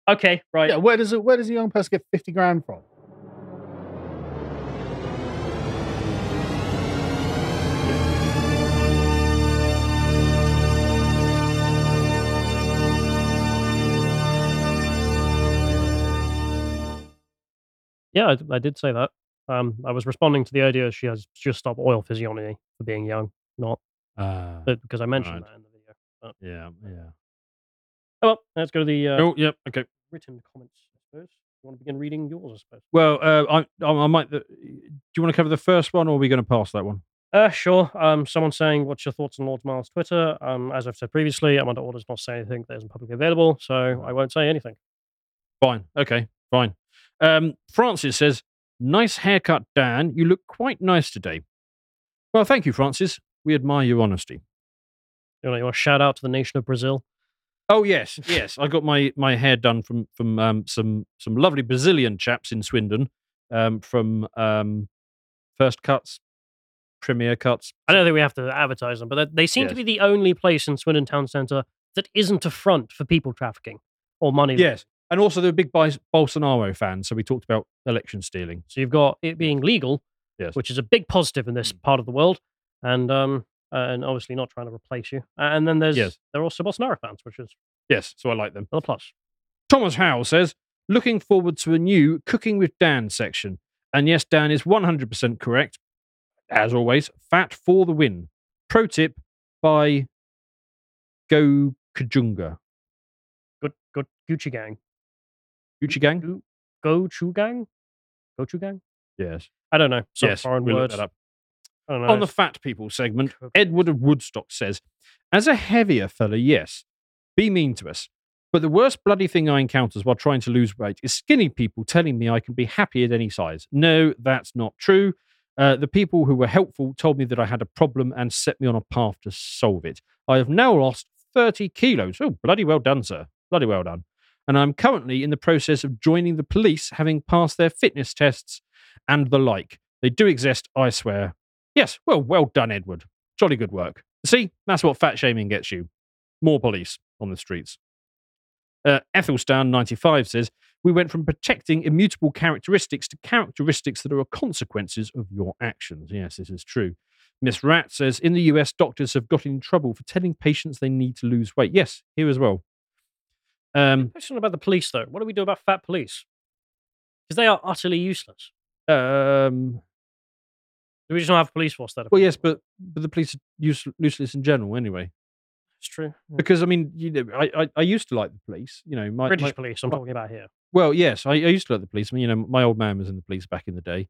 A: Okay, right.
J: yeah. Where does a where does a young person get 50 grand from?
A: Yeah, I, I did say that. Um, I was responding to the idea she has just stop oil physiognomy for being young, not
B: Uh,
A: but because I mentioned
B: Right.
A: that in the video.
B: yeah. Yeah.
A: Oh, well, let's go to the uh,
B: oh, yep. Okay.
A: written comments. I suppose you want to begin reading yours. I suppose.
B: Well, uh, I, I, I might. The, do you want to cover the first one, or are we going to pass that one?
A: Uh, sure. Um, someone saying, "What's your thoughts on Lord Miles' Twitter?" Um, as I've said previously, I'm under orders not to say anything that isn't publicly available, so I won't say anything.
B: Fine. Okay. Fine. Um, Francis says, "Nice haircut, Dan. You look quite nice today." Well, thank you, Francis. We admire your honesty.
A: You know, you want to shout out to the nation of Brazil?
B: Oh yes, yes. I got my my hair done from from um, some some lovely Brazilian chaps in Swindon. Um, from um, First Cuts, Premier Cuts.
A: I don't think we have to advertise them, but that- they seem to
B: Yes.
A: be the only place in Swindon Town Centre that isn't a front for people trafficking or money. laundering.
B: Yes, and also they're big Bi- Bolsonaro fans, so we talked about election stealing.
A: So you've got it being legal,
B: Yes.
A: which is a big positive in this
B: Mm.
A: part of the world, and um, and obviously not trying to replace you. And then there's
B: Yes.
A: there are also Bolsonaro fans, which is
B: Yes, so I like them.
A: another plus.
B: Thomas Howell says, looking forward to a new Cooking with Dan section. And yes, Dan is 100% correct. As always, fat for the win. Pro tip by Go Kajunga.
A: Good, good Gucci gang,
B: Gucci Gang?
A: Go, go Chu gang, go Chu gang.
B: Yes.
A: I don't know. Some
B: yes,
A: foreign
B: we'll look
A: word.
B: that up.
A: I don't know.
B: On the fat people segment,
A: Cook.
B: Edward of Woodstock says, As a heavier fella, yes, be mean to us. But the worst bloody thing I encounters while trying to lose weight is skinny people telling me I can be happy at any size. No, that's not true. Uh, the people who were helpful told me that I had a problem and set me on a path to solve it. I have now lost 30 kilos. Oh, bloody well done, sir. Bloody well done. And I'm currently in the process of joining the police, having passed their fitness tests and the like. They do exist, I swear. Yes, well, well done, Edward. Jolly good work. See, that's what fat shaming gets you. More police on the streets. Uh, Ethelstan95 says, We went from protecting immutable characteristics to characteristics that are consequences of your actions. Yes, this is true. Miss Rat says, In the US, doctors have got in trouble for telling patients they need to lose weight. Yes, here as well. Um,
A: question about the police though. What do we do about fat police? Because they are utterly useless.
B: um,
A: Do we just not have a police force that? are-
B: well, yes, but, but the police are use- useless in general anyway.
A: it's true. Hmm. Yeah.
B: Because, I mean, you know, I, I, I used to like the police. You know, my,
A: British
B: my,
A: police. I'm
B: my-
A: talking about here.
B: Well, yes, I, I used to like the police. I mean, you know, my old man was in the police back in the day.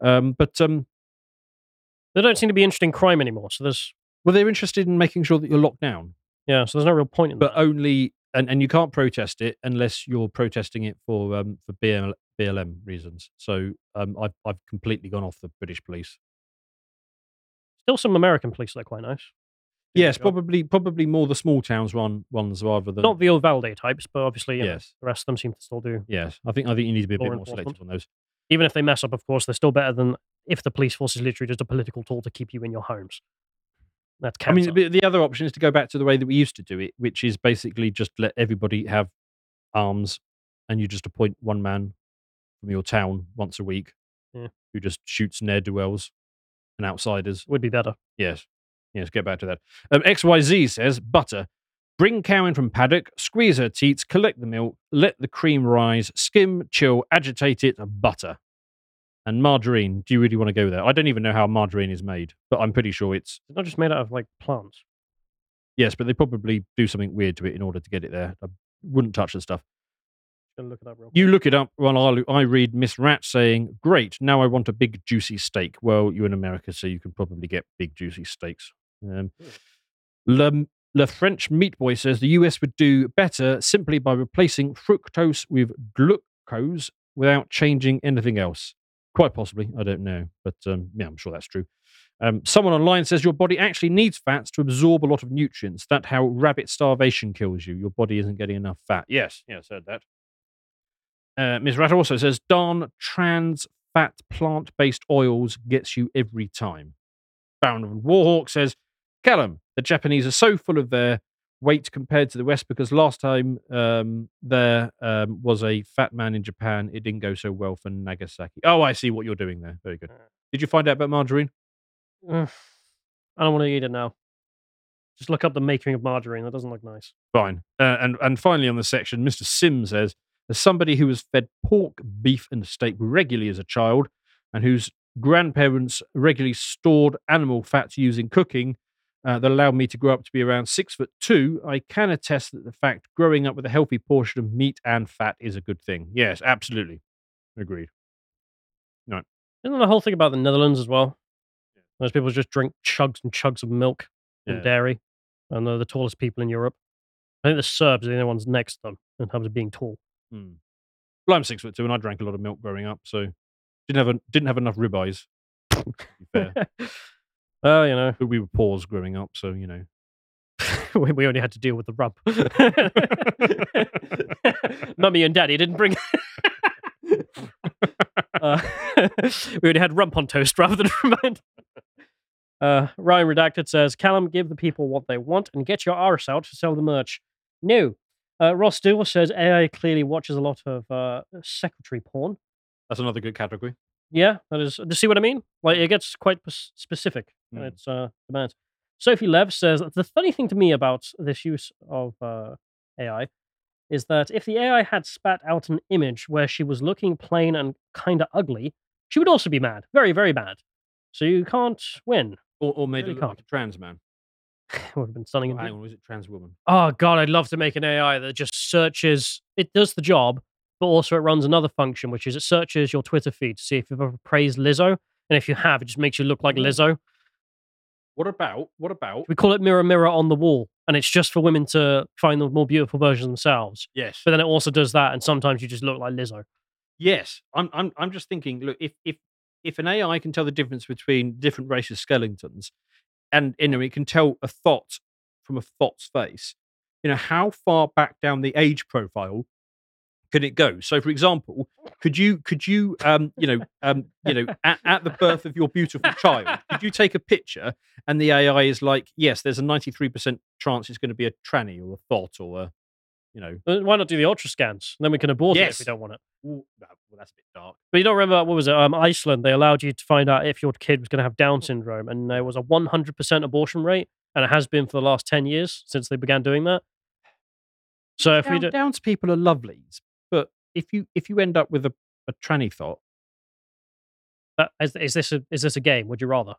B: Um, but um,
A: They don't seem to be interested in crime anymore. So there's
B: well, they're interested in making sure that you're locked down,
A: yeah. So there's no real point in
B: but
A: that.
B: only and, and you can't protest it unless you're protesting it for um, for BL, BLM reasons. So um, I've I've completely gone off the British police.
A: Still, some American police that are quite nice. Do
B: Yes,
A: their job.
B: probably probably more the small towns one ones rather than
A: Not the Ovalde types, but obviously you know,
B: yes
A: the rest of them seem to still do.
B: yes. I think I think you need to be a
A: Law
B: bit more
A: enforcement.
B: selective on those.
A: Even if they mess up, of course, they're still better than if the police force is literally just a political tool to keep you in your homes. That's
B: I mean,
A: cancer.
B: the, the other option is to go back to the way that we used to do it, which is basically just let everybody have arms, and you just appoint one man from your town once a week
A: Yeah.
B: who just shoots ne'er do wells and outsiders.
A: Would be better.
B: Yes. Yes, get back to that. Um, XYZ says, butter. Bring cow in from paddock, squeeze her teats, collect the milk, let the cream rise, skim, chill, agitate it, butter. And margarine, do you really want to go there? I don't even know how margarine is made, but I'm pretty sure it's
A: It's not just made out of like plants.
B: yes, but they probably do something weird to it in order to get it there. I wouldn't touch the stuff.
A: Gonna look it up real quick.
B: You look it up while I, I read Miss Rat saying, Great, now I want a big juicy steak. Well, you're in America, so you can probably get big juicy steaks. Um, Le, Le French Meat Boy says the US would do better simply by replacing fructose with glucose without changing anything else. Quite possibly, I don't know, but um, yeah, I'm sure that's true. Um, someone online says your body actually needs fats to absorb a lot of nutrients. That how rabbit starvation kills you. Your body isn't getting enough fat. Yes, yes, heard that. Uh, Ms. Rat also says, darn trans fat plant based oils gets you every time. Baron of Warhawk says, Callum, the Japanese are so full of their weight compared to the West because last time um, there um, was a fat man in Japan, it didn't go so well for Nagasaki. Oh, I see what you're doing there. Very good. Did you find out about margarine?
A: Ugh. I don't want to eat it now. Just look up the making of margarine. That doesn't look nice.
B: Fine. Uh, and, and finally on the section, Mr. Sim says, as somebody who was fed pork, beef, and steak regularly as a child, and whose grandparents regularly stored animal fat to use in cooking, uh, that allowed me to grow up to be around six foot two, I can attest that the fact growing up with a healthy portion of meat and fat is a good thing. Yes, absolutely. Agreed.
A: Isn't that the whole thing about the Netherlands as well? Those people just drink chugs and chugs of milk
B: Yeah.
A: and dairy, and they're the tallest people in Europe. I think the Serbs are the only ones next to them in terms of being tall.
B: Hmm. Well, I'm six foot two, and I drank a lot of milk growing up, so didn't have, a, didn't have enough ribeyes. to be fair.
A: Well, you know,
B: But we were paws growing up, so, you know.
A: (laughs) we, we only had to deal with the rump. (laughs) Mummy and Daddy didn't bring. (laughs) uh, (laughs) we only had rump on toast rather than (laughs) remind. Uh, Ryan Redacted says, Callum, give the people what they want and get your arse out to sell the merch. No. Uh, Ross Stewart says AI clearly watches a lot of uh, secretary porn.
B: That's another good category.
A: Yeah, that is. Do you see what I mean? Like it gets quite p- specific in
B: Mm.
A: its uh, demands. Sophie Lev says the funny thing to me about this use of uh, AI is that if the AI had spat out an image where she was looking plain and kind of ugly, she would also be mad, very very mad. So you can't win. (sighs)
B: Or, or made
A: Really
B: it look like
A: can't.
B: a trans man.
A: It would have been stunning.
B: Or
A: indeed.
B: hang on, was it trans woman?
A: Oh god, I'd love to make an AI that just searches. It does the job, but also it runs another function, which is it searches your Twitter feed to see if you've ever praised Lizzo, and if you have, it just makes you look like Lizzo.
B: What about? What about?
A: We call it Mirror Mirror on the Wall, and it's just for women to find the more beautiful versions of themselves.
B: Yes,
A: But then it also does that, and sometimes you just look like Lizzo.
B: yes. I'm, I'm, I'm just thinking. Look, if, if, if an AI can tell the difference between different races skeletons, and you know, it can tell a thought from a thought's face. You know, how far back down the age profile can it go? So, for example, could you, could you, um, you know, um, you know, at, at the birth of your beautiful child, could you take a picture and the AI is like, yes, there's a 93% chance it's going to be a tranny or a thought or a, you know,
A: Uh, Why not do the ultra scans? Then we can abort it if
B: Yes.
A: we don't want it.
B: Ooh, no, well, that's a bit dark.
A: But you don't remember what was it? Um, Iceland. They allowed you to find out if your kid was going to have Down syndrome, and there was a 100% abortion rate, and it has been for the last 10 years since they began doing that. So if we
B: Down,
A: do,
B: Downs people are lovelies, but if you if you end up with a, a tranny thought,
A: that, is, is this a, is this a game? Would you rather?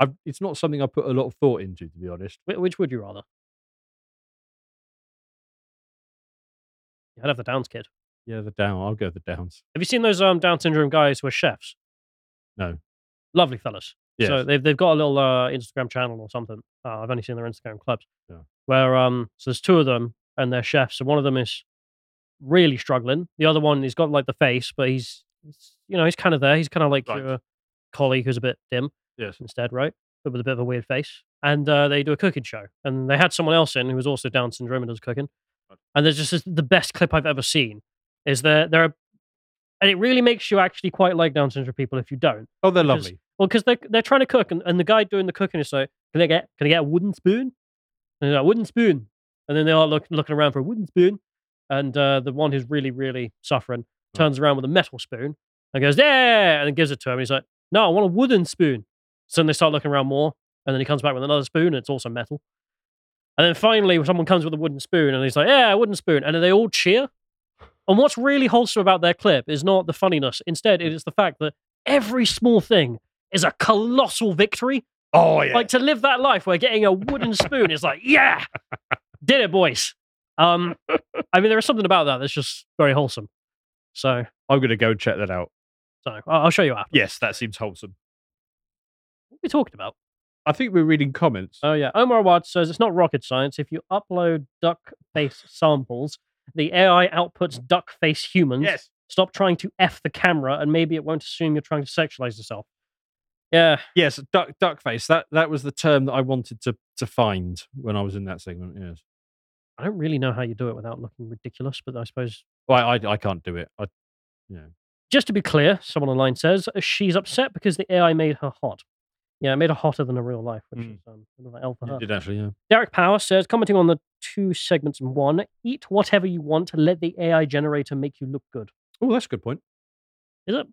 B: I've, it's not something I put a lot of thought into, to be honest.
A: Wh- Which would you rather? I'd have the Downs kid.
B: Yeah, the down. I'll go the downs.
A: Have you seen those um, Down syndrome guys who are chefs?
B: No.
A: Lovely fellas.
B: Yes.
A: So they've they've got a little uh, Instagram channel or something. Uh, I've only seen their Instagram clips.
B: Yeah.
A: Where um, so there's two of them and they're chefs. So one of them is really struggling. The other one, he's got like the face, but he's, he's- you know, he's kind of there. He's kind of like
B: Right.
A: your colleague who's a bit dim
B: yes.
A: instead, right? But with a bit of a weird face. And uh, they do a cooking show. And they had someone else in who was also Down syndrome and does cooking. And there's just this, the best clip I've ever seen is there, there are, and it really makes you actually quite like Down syndrome people if you don't.
B: Oh, they're
A: Because-
B: lovely.
A: Well, because they're, they're trying to cook, and, and the guy doing the cooking is like, can I get, can I get a wooden spoon? And they're like, wooden spoon. And then they are look, looking around for a wooden spoon. and uh, the one who's really, really suffering turns around with a metal spoon and goes, "Yeah," and then gives it to him. He's like, "No, I want a wooden spoon." So then they start looking around more, and then he comes back with another spoon, and it's also metal. And then finally, someone comes with a wooden spoon, and he's like, "Yeah, a wooden spoon," and then they all cheer. And what's really wholesome about their clip is not the funniness. Instead, it is the fact that every small thing is a colossal victory.
B: Oh yeah.
A: Like to live that life where getting a wooden spoon is like, yeah, did it, boys. Um, I mean, there is something about that that's just very wholesome. So,
B: I'm going to go check that out.
A: so I- I'll show you after.
B: Yes, that seems wholesome.
A: What are we talking about?
B: I think we're reading comments.
A: Oh yeah, Omar Watts says it's not rocket science. If you upload duck face samples, the AI outputs duck face humans.
B: yes.
A: Stop trying to f the camera, and maybe it won't assume you're trying to sexualize yourself. Yeah,
B: Yes, duck duck face. That that was the term that I wanted to to find when I was in that segment. Yes.
A: I don't really know how you do it without looking ridiculous, but I suppose
B: Well, I I, I can't do it. I
A: Just to be clear, someone online says uh, she's upset because the AI made her hot. Yeah, it made her hotter than her real life, which
B: Mm.
A: is um, another L for
B: you
A: her.
B: did actually. Yeah.
A: Derek Power says, commenting on the two segments in one, eat whatever you want, let the AI generator make you look good.
B: Oh, that's a good point.
A: Is it?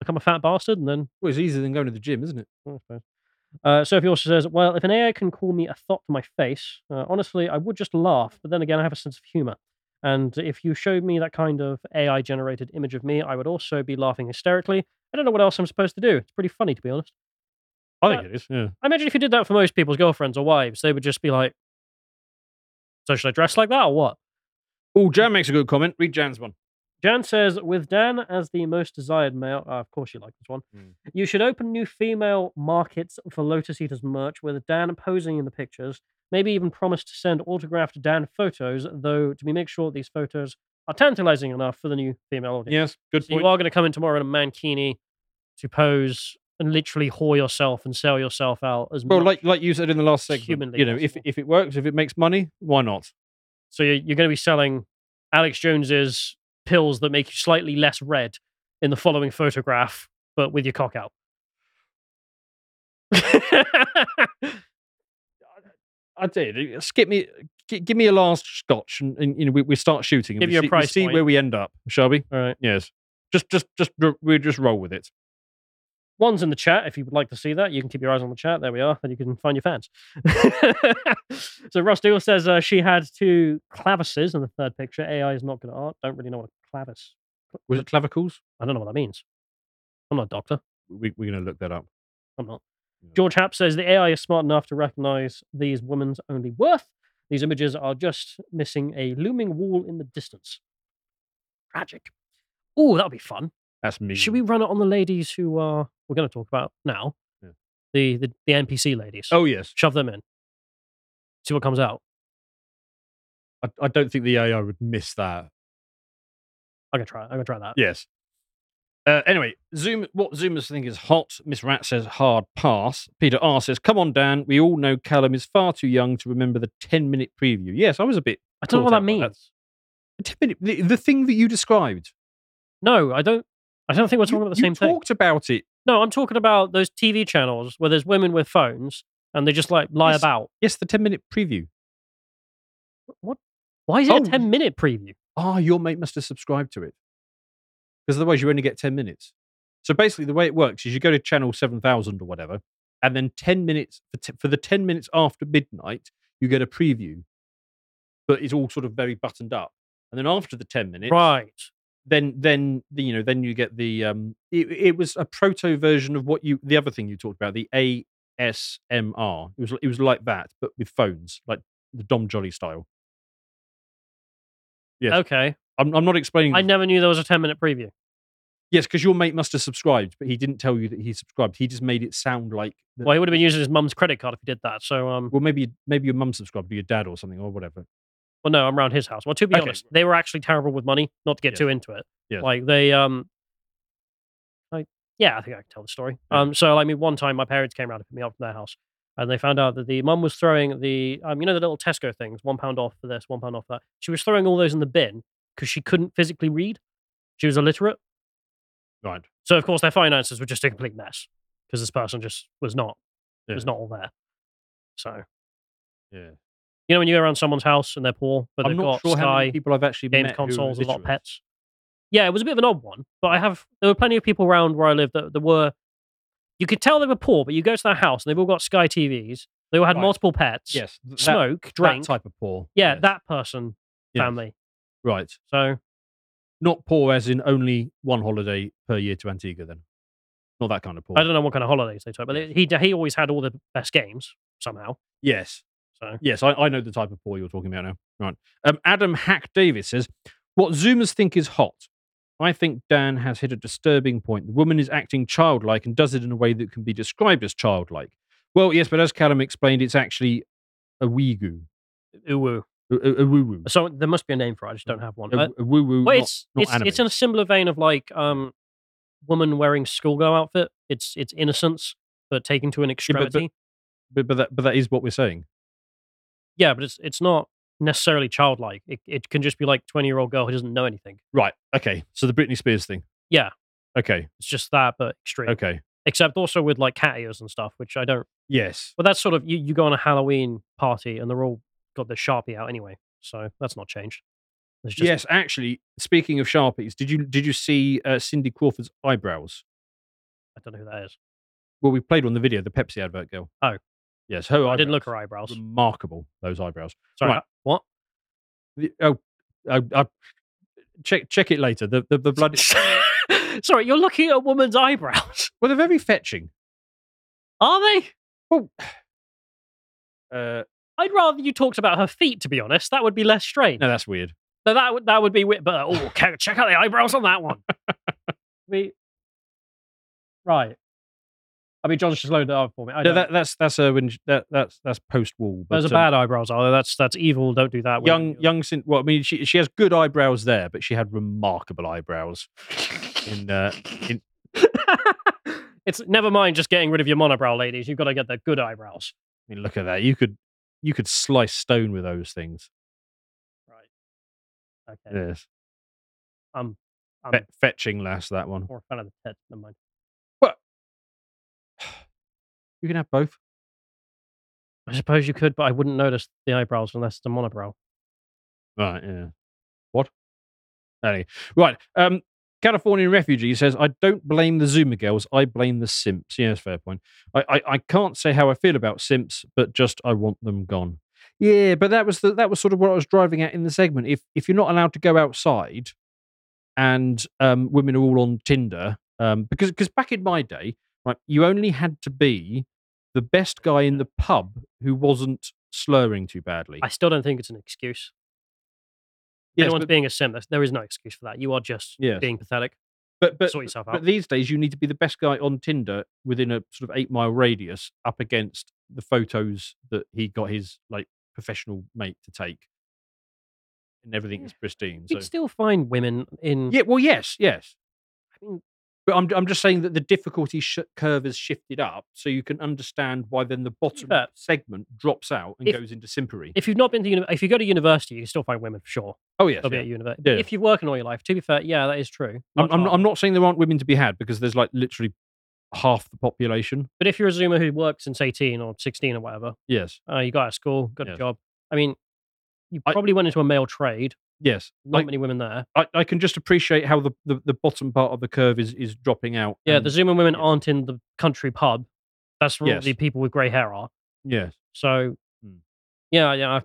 A: Become a fat bastard and then.
B: Well, it's easier than going to the gym, isn't it?
A: I suppose. Uh, Sophie also says, well, if an AI can call me a thought to my face, uh, honestly, I would just laugh. But then again, I have a sense of humor. And if you showed me that kind of AI generated image of me, I would also be laughing hysterically. I don't know what else I'm supposed to do. It's pretty funny, to be honest.
B: I think
A: Uh,
B: it is. Yeah.
A: I imagine if you did that for most people's girlfriends or wives, they would just be like, "So should I dress like that or what?"
B: Oh, Jan makes a good comment. Read Jan's one.
A: Jan says, "With Dan as the most desired male, Ah, of course you like this one.
B: Mm.
A: You should open new female markets for Lotus Eaters merch with Dan posing in the pictures. Maybe even promise to send autographed Dan photos, though, to be make sure these photos are tantalizing enough for the new female audience.
B: Yes, good
A: So you
B: point.
A: are going to come in tomorrow in a mankini to pose and literally whore yourself and sell yourself out as
B: Well,
A: much
B: like like you said in the last
A: It's
B: segment,
A: humanly
B: you know, if
A: possible.
B: if it works, if it makes money, why not?
A: So you're, you're going to be selling Alex Jones's pills that make you slightly less red in the following photograph, but with your cock out. (laughs)
B: I did. Skip me. gi- Give me a last scotch, and, and you know we, we start shooting. And
A: Give
B: we
A: you a
B: see, we
A: price
B: see
A: point.
B: where we end up, shall we?
A: All right.
B: Yes. Just, just, just. r- We just roll with it.
A: One's in the chat. If you would like to see that, you can keep your eyes on the chat. There we are. And you can find your fans. (laughs) so Ross Deal says uh, she had two clavices in the third picture. AI is not good at art. Don't really know what a clavis.
B: Was it clavicles?
A: I don't know what that means. I'm not a doctor.
B: We, we're going to look that up.
A: I'm not.
B: Yeah.
A: George Happ says the AI is smart enough to recognize these women's only worth. These images are just missing a looming wall in the distance. Tragic. Oh, that would be fun.
B: That's me.
A: Should we run it on the ladies who are we're going to talk about now?
B: Yeah.
A: The, the the NPC ladies.
B: Oh yes.
A: shove them in. See what comes out.
B: I, I don't think the AI would miss that.
A: Uh I'm gonna try. I'm gonna try that.
B: Yes. Uh, anyway, Zoom. What Zoomers think is hot. Miss Rat says hard pass. Peter R says, "Come on, Dan. We all know Callum is far too young to remember the ten-minute preview." Yes, I was a bit.
A: I don't know what
B: caught
A: that
B: up by
A: means.
B: A 10 minute, the, the thing that you described.
A: No, I don't. I don't think we're
B: you,
A: talking about the
B: you
A: same thing.
B: talked about it.
A: No, I'm talking about those TV channels where there's women with phones and they just like lie
B: Yes.
A: about.
B: Yes, the 10 minute preview.
A: Why is it
B: Oh,
A: a 10 minute preview?
B: Ah, your mate must have subscribed to it. Because otherwise you only get 10 minutes. So basically, the way it works is you go to channel 7000 or whatever, and then 10 minutes, for, t- for the 10 minutes after midnight, you get a preview. But it's all sort of very buttoned up. And then after the 10 minutes,
A: Right.
B: then then the, you know then you get the um it, it was a proto version of what you the other thing you talked about the ASMR it was it was like that but with phones like the Dom Jolly style Yes.
A: Okay.
B: I'm I'm not explaining
A: I never knew there was a 10 minute preview.
B: yes because your mate must have subscribed but he didn't tell you that he subscribed he just made it sound like that-
A: Well, he would have been using his mum's credit card if he did that. So, um,
B: well maybe maybe your mum subscribed or your dad or something or whatever
A: well, no, I'm around his house. Well, to be
B: Okay.
A: honest, they were actually terrible with money. Not to get
B: Yes.
A: too into it.
B: Yes.
A: Like they, um, like yeah, I think I can tell the story.
B: Yeah.
A: Um, so I mean, one time my parents came around and picked me up from their house, and they found out that the mum was throwing the, um, you know, the little Tesco things, one pound off for this, one pound off for that. She was throwing all those in the bin because she couldn't physically read. She was illiterate.
B: right
A: So of course their finances were just a complete mess because this person just was not
B: Yeah.
A: was not all there. So
B: yeah
A: You know when you go around someone's house and they're poor, but
B: I'm
A: they've got
B: not sure
A: Sky,
B: how many people I've actually
A: games
B: met who are
A: consoles, a lot of
B: literate.
A: pets. Yeah, it was a bit of an odd one, but I have there were plenty of people around where I lived that, that were you could tell they were poor, but you go to their house and they've all got Sky TVs. They all had
B: Right.
A: multiple pets.
B: Yes, th- that-
A: smoke, drink.
B: that type of poor.
A: yeah,
B: Yes.
A: that person
B: Yes.
A: family.
B: Right.
A: So
B: Not poor as in only one holiday per year to Antigua, then. Not that kind of poor.
A: I don't know what kind of holidays they took, but he he always had all the best games somehow.
B: Yes.
A: So
B: Yes, I, I know the type of poor you're talking about now. Right. Um, Adam Hack Davis says, What Zoomers think is hot. I think Dan has hit a disturbing point. The woman is acting childlike and does it in a way that can be described as childlike. Well, yes, but as Callum explained, it's actually a wee-goo.
A: uwu.
B: A, a, a woo-woo.
A: So there must be a name for it. I just don't have one.
B: A,
A: Uh,
B: a woo-woo,
A: Well,
B: not-
A: it's
B: not
A: it's, it's
B: anime.
A: in a similar vein of like um, woman wearing schoolgirl outfit. It's it's innocence, but taken to an
B: but-
A: extremity. Yeah, but,
B: But, but, that, but that is what we're saying.
A: it's it's not necessarily childlike. It it can just be like twenty year old girl who doesn't know anything.
B: Right. Okay. So the Britney Spears thing.
A: Yeah,
B: Okay.
A: it's just that, but extreme.
B: Okay.
A: Except also with like cat ears and stuff, which I don't.
B: Yes.
A: Well, that's sort of you. You go on a Halloween party and they're all got their sharpie out anyway, so that's not changed. It's just
B: yes. Actually, speaking of sharpies, did you did you see uh, Cindy Crawford's eyebrows?
A: I don't know who that is.
B: Well, we played on the video, the Pepsi advert girl.
A: Oh.
B: Yes. Her
A: I didn't look her
B: eyebrows.
A: eyebrows.
B: Remarkable. Those eyebrows.
A: Sorry,
B: right.
A: what?
B: The- oh, I, I, check check it later. The the, the blood.
A: (laughs) Sorry, you're looking at a woman's eyebrows.
B: well, they're very fetching.
A: Are they?
B: Uh,
A: I'd rather you talked about her feet, to be honest. That would be less strange.
B: no, that's weird.
A: So that would that would be weird. But
B: (laughs)
A: oh, ca- check out the eyebrows on that one. we right. I mean, John's just loaded it up for me. I don't,
B: No, that, that's that's uh, when she- that that's that's post wall.
A: those are bad eyebrows, are they? That's that's evil. Don't do that.
B: young young Cin- well i mean she she has good eyebrows there but she had
A: (laughs)
B: remarkable eyebrows in uh in
A: it's never mind. Just getting rid of your monobrow, ladies. You've got to get the good eyebrows.
B: I mean, look at that you could you could slice stone with those things
A: Okay.
B: yes
A: I'm I'm
B: Fe- fetching lass that one
A: more a fan of the pet. Never mind.
B: you can have both
A: I suppose you could, but I wouldn't notice the eyebrows unless it's a monobrow.
B: right yeah what anyway right um Californian refugee says, I don't blame the Zoomer girls, I blame the simps. Yes, fair point. I, I, I can't say how I feel about simps, but just I want them gone. Yeah, but that was the, that was sort of what I was driving at in the segment. If if you're not allowed to go outside, and um, women are all on Tinder, um, because because back in my day, right, you only had to be the best guy in the pub who wasn't slurring too badly.
A: I still don't think it's an excuse.
B: Yes,
A: Anyone's
B: but-
A: being a sim, there's- there is no excuse for that. You are just
B: Yes.
A: being pathetic.
B: but but
A: Sort yourself out.
B: But these days, you need to be the best guy on Tinder within a sort of eight mile radius up against the photos that he got his like professional mate to take. And everything is pristine.
A: you
B: So. Mm.
A: can still find women in.
B: Yeah, well, yes, yes.
A: I mean,
B: But I'm, I'm just saying that the difficulty sh- curve has shifted up, so you can understand why then the bottom
A: Yeah.
B: segment drops out and
A: If-
B: goes into simpery.
A: if you've not been to uni- if you go to university, you can still find women for sure.
B: oh, yes.
A: They'll
B: yeah.
A: be at university.
B: Yeah.
A: If you've working all your life, to be fair, yeah, that is true.
B: I'm,
A: Much
B: I'm, not, I'm
A: harder.
B: not saying there aren't women to be had because there's like literally half the population.
A: But if you're a Zoomer who worked since 18 or 16 or whatever,
B: Yes.
A: uh, you got out of school, got
B: Yes.
A: a job. I mean, you
B: I-
A: probably went into a male trade.
B: Yes.
A: Not
B: I-
A: many women there.
B: I, I can just appreciate how the, the, the bottom part of the curve is, is dropping out.
A: Yeah,
B: and-
A: the Zoomer women
B: yes.
A: aren't in the country pub. That's where all
B: Yes.
A: the people with grey hair are.
B: Yes.
A: So,
B: Hmm.
A: yeah, yeah, I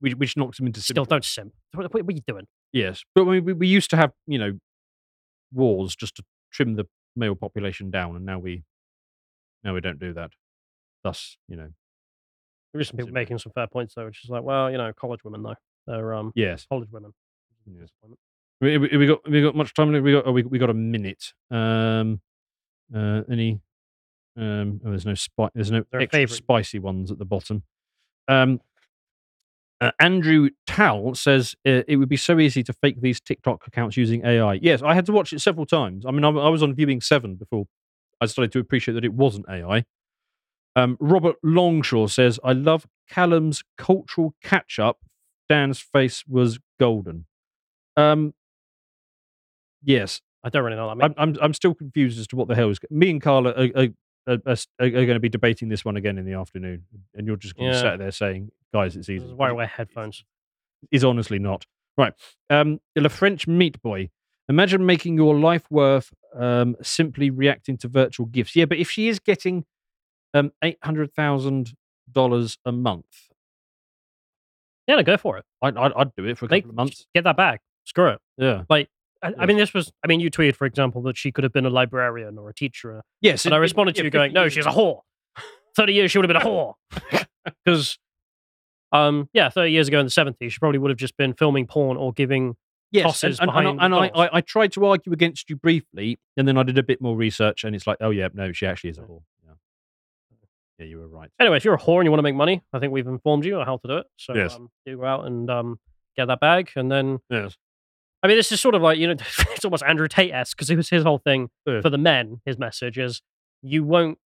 B: Which, which knocks them into
A: still
B: simple-
A: don't simp. What, what are you doing?
B: Yes. But we, we, we used to have, you know, wars just to trim the male population down, and now we now we don't do that. Thus, you know,
A: There is some people
B: Simp.
A: making some fair points though, which is like, well, you know, college women though. They're um
B: yes.
A: college women.
B: yes. We, we, we got we got much time. left? We got oh, we we got a minute. Um, uh, any? Um, oh, there's no spi- There's no
A: They're a
B: extra
A: favourite.
B: spicy ones at the bottom. Um, uh, Andrew Tal says uh, it would be so easy to fake these TikTok accounts using AI. Yes, I had to watch it several times. I mean, I, I was on viewing seven before I started to appreciate that it wasn't AI. Um, Robert Longshaw says, I love Callum's cultural catch up. Dan's face was golden. Um, yes,
A: I don't really know what that means.
B: I'm, I'm, I'm still confused as to what the hell is. Me and Carla are, are are, are, are going to be debating this one again in the afternoon, and you're just going to
A: Yeah.
B: be sat there saying, "Guys, it's
A: This
B: easy."
A: is why I wear headphones.
B: is honestly not right. Um, Le French meat boy. Imagine making your life worth um, simply reacting to virtual gifts. Yeah, but if she is getting um, eight hundred thousand dollars a month,
A: Yeah, no, go for it.
B: I'd, I'd, I'd do it for a
A: Make-
B: couple of months.
A: Get that back. Screw it.
B: Yeah.
A: Like, I, I
B: Yeah.
A: mean, this was. I mean, you tweeted, for example, that she could have been a librarian or a teacher, uh,
B: Yes.
A: and I responded to you going, "No, she's a whore. Thirty years she would have been a whore." (laughs) Because, um, yeah, thirty years ago in the seventies, she probably would have just been filming porn or giving.
B: Yes, and,
A: tosses
B: and, and,
A: behind
B: and I,
A: doors.
B: I, I tried to argue against you briefly, and then I did a bit more research, and it's like, oh yeah, no, she actually is a whore. Yeah, yeah you were right.
A: Anyway, if you're a whore and you want to make money, I think we've informed you on how to do it. So
B: Yes.
A: um, you go out and um, get that bag, and then
B: Yes.
A: I mean, this is sort of like you know, (laughs) it's almost Andrew Tate esque because it was his whole thing
B: Yeah.
A: for the men. His message is, you won't.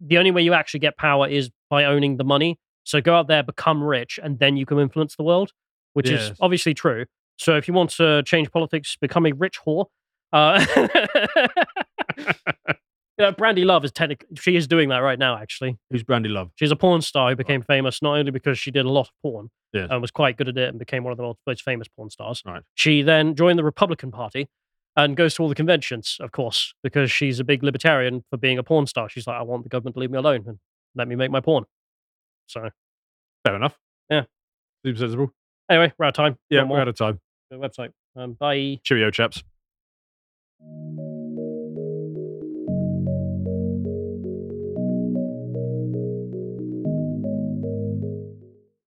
A: The only way you actually get power is by owning the money. So go out there, become rich, and then you can influence the world, which is
B: Yes.
A: obviously true. So if you want to change politics, become a rich whore. Uh, (laughs) you know, Brandy Love is technically she is doing that right now. Actually,
B: Who's Brandy Love?
A: She's a porn star who became famous not only because she did a lot of porn
B: Yes.
A: and was quite good at it and became one of the world's most famous porn stars.
B: Right.
A: She then joined the Republican Party and goes to all the conventions, of course, because she's a big libertarian for being a porn star. She's like, I want the government to leave me alone and let me make my porn. So
B: Fair enough.
A: Yeah.
B: Super sensible.
A: anyway, we're out of time.
B: Yeah,
A: One more.
B: we're out of time.
A: The website. Um, bye.
B: Cheerio, chaps.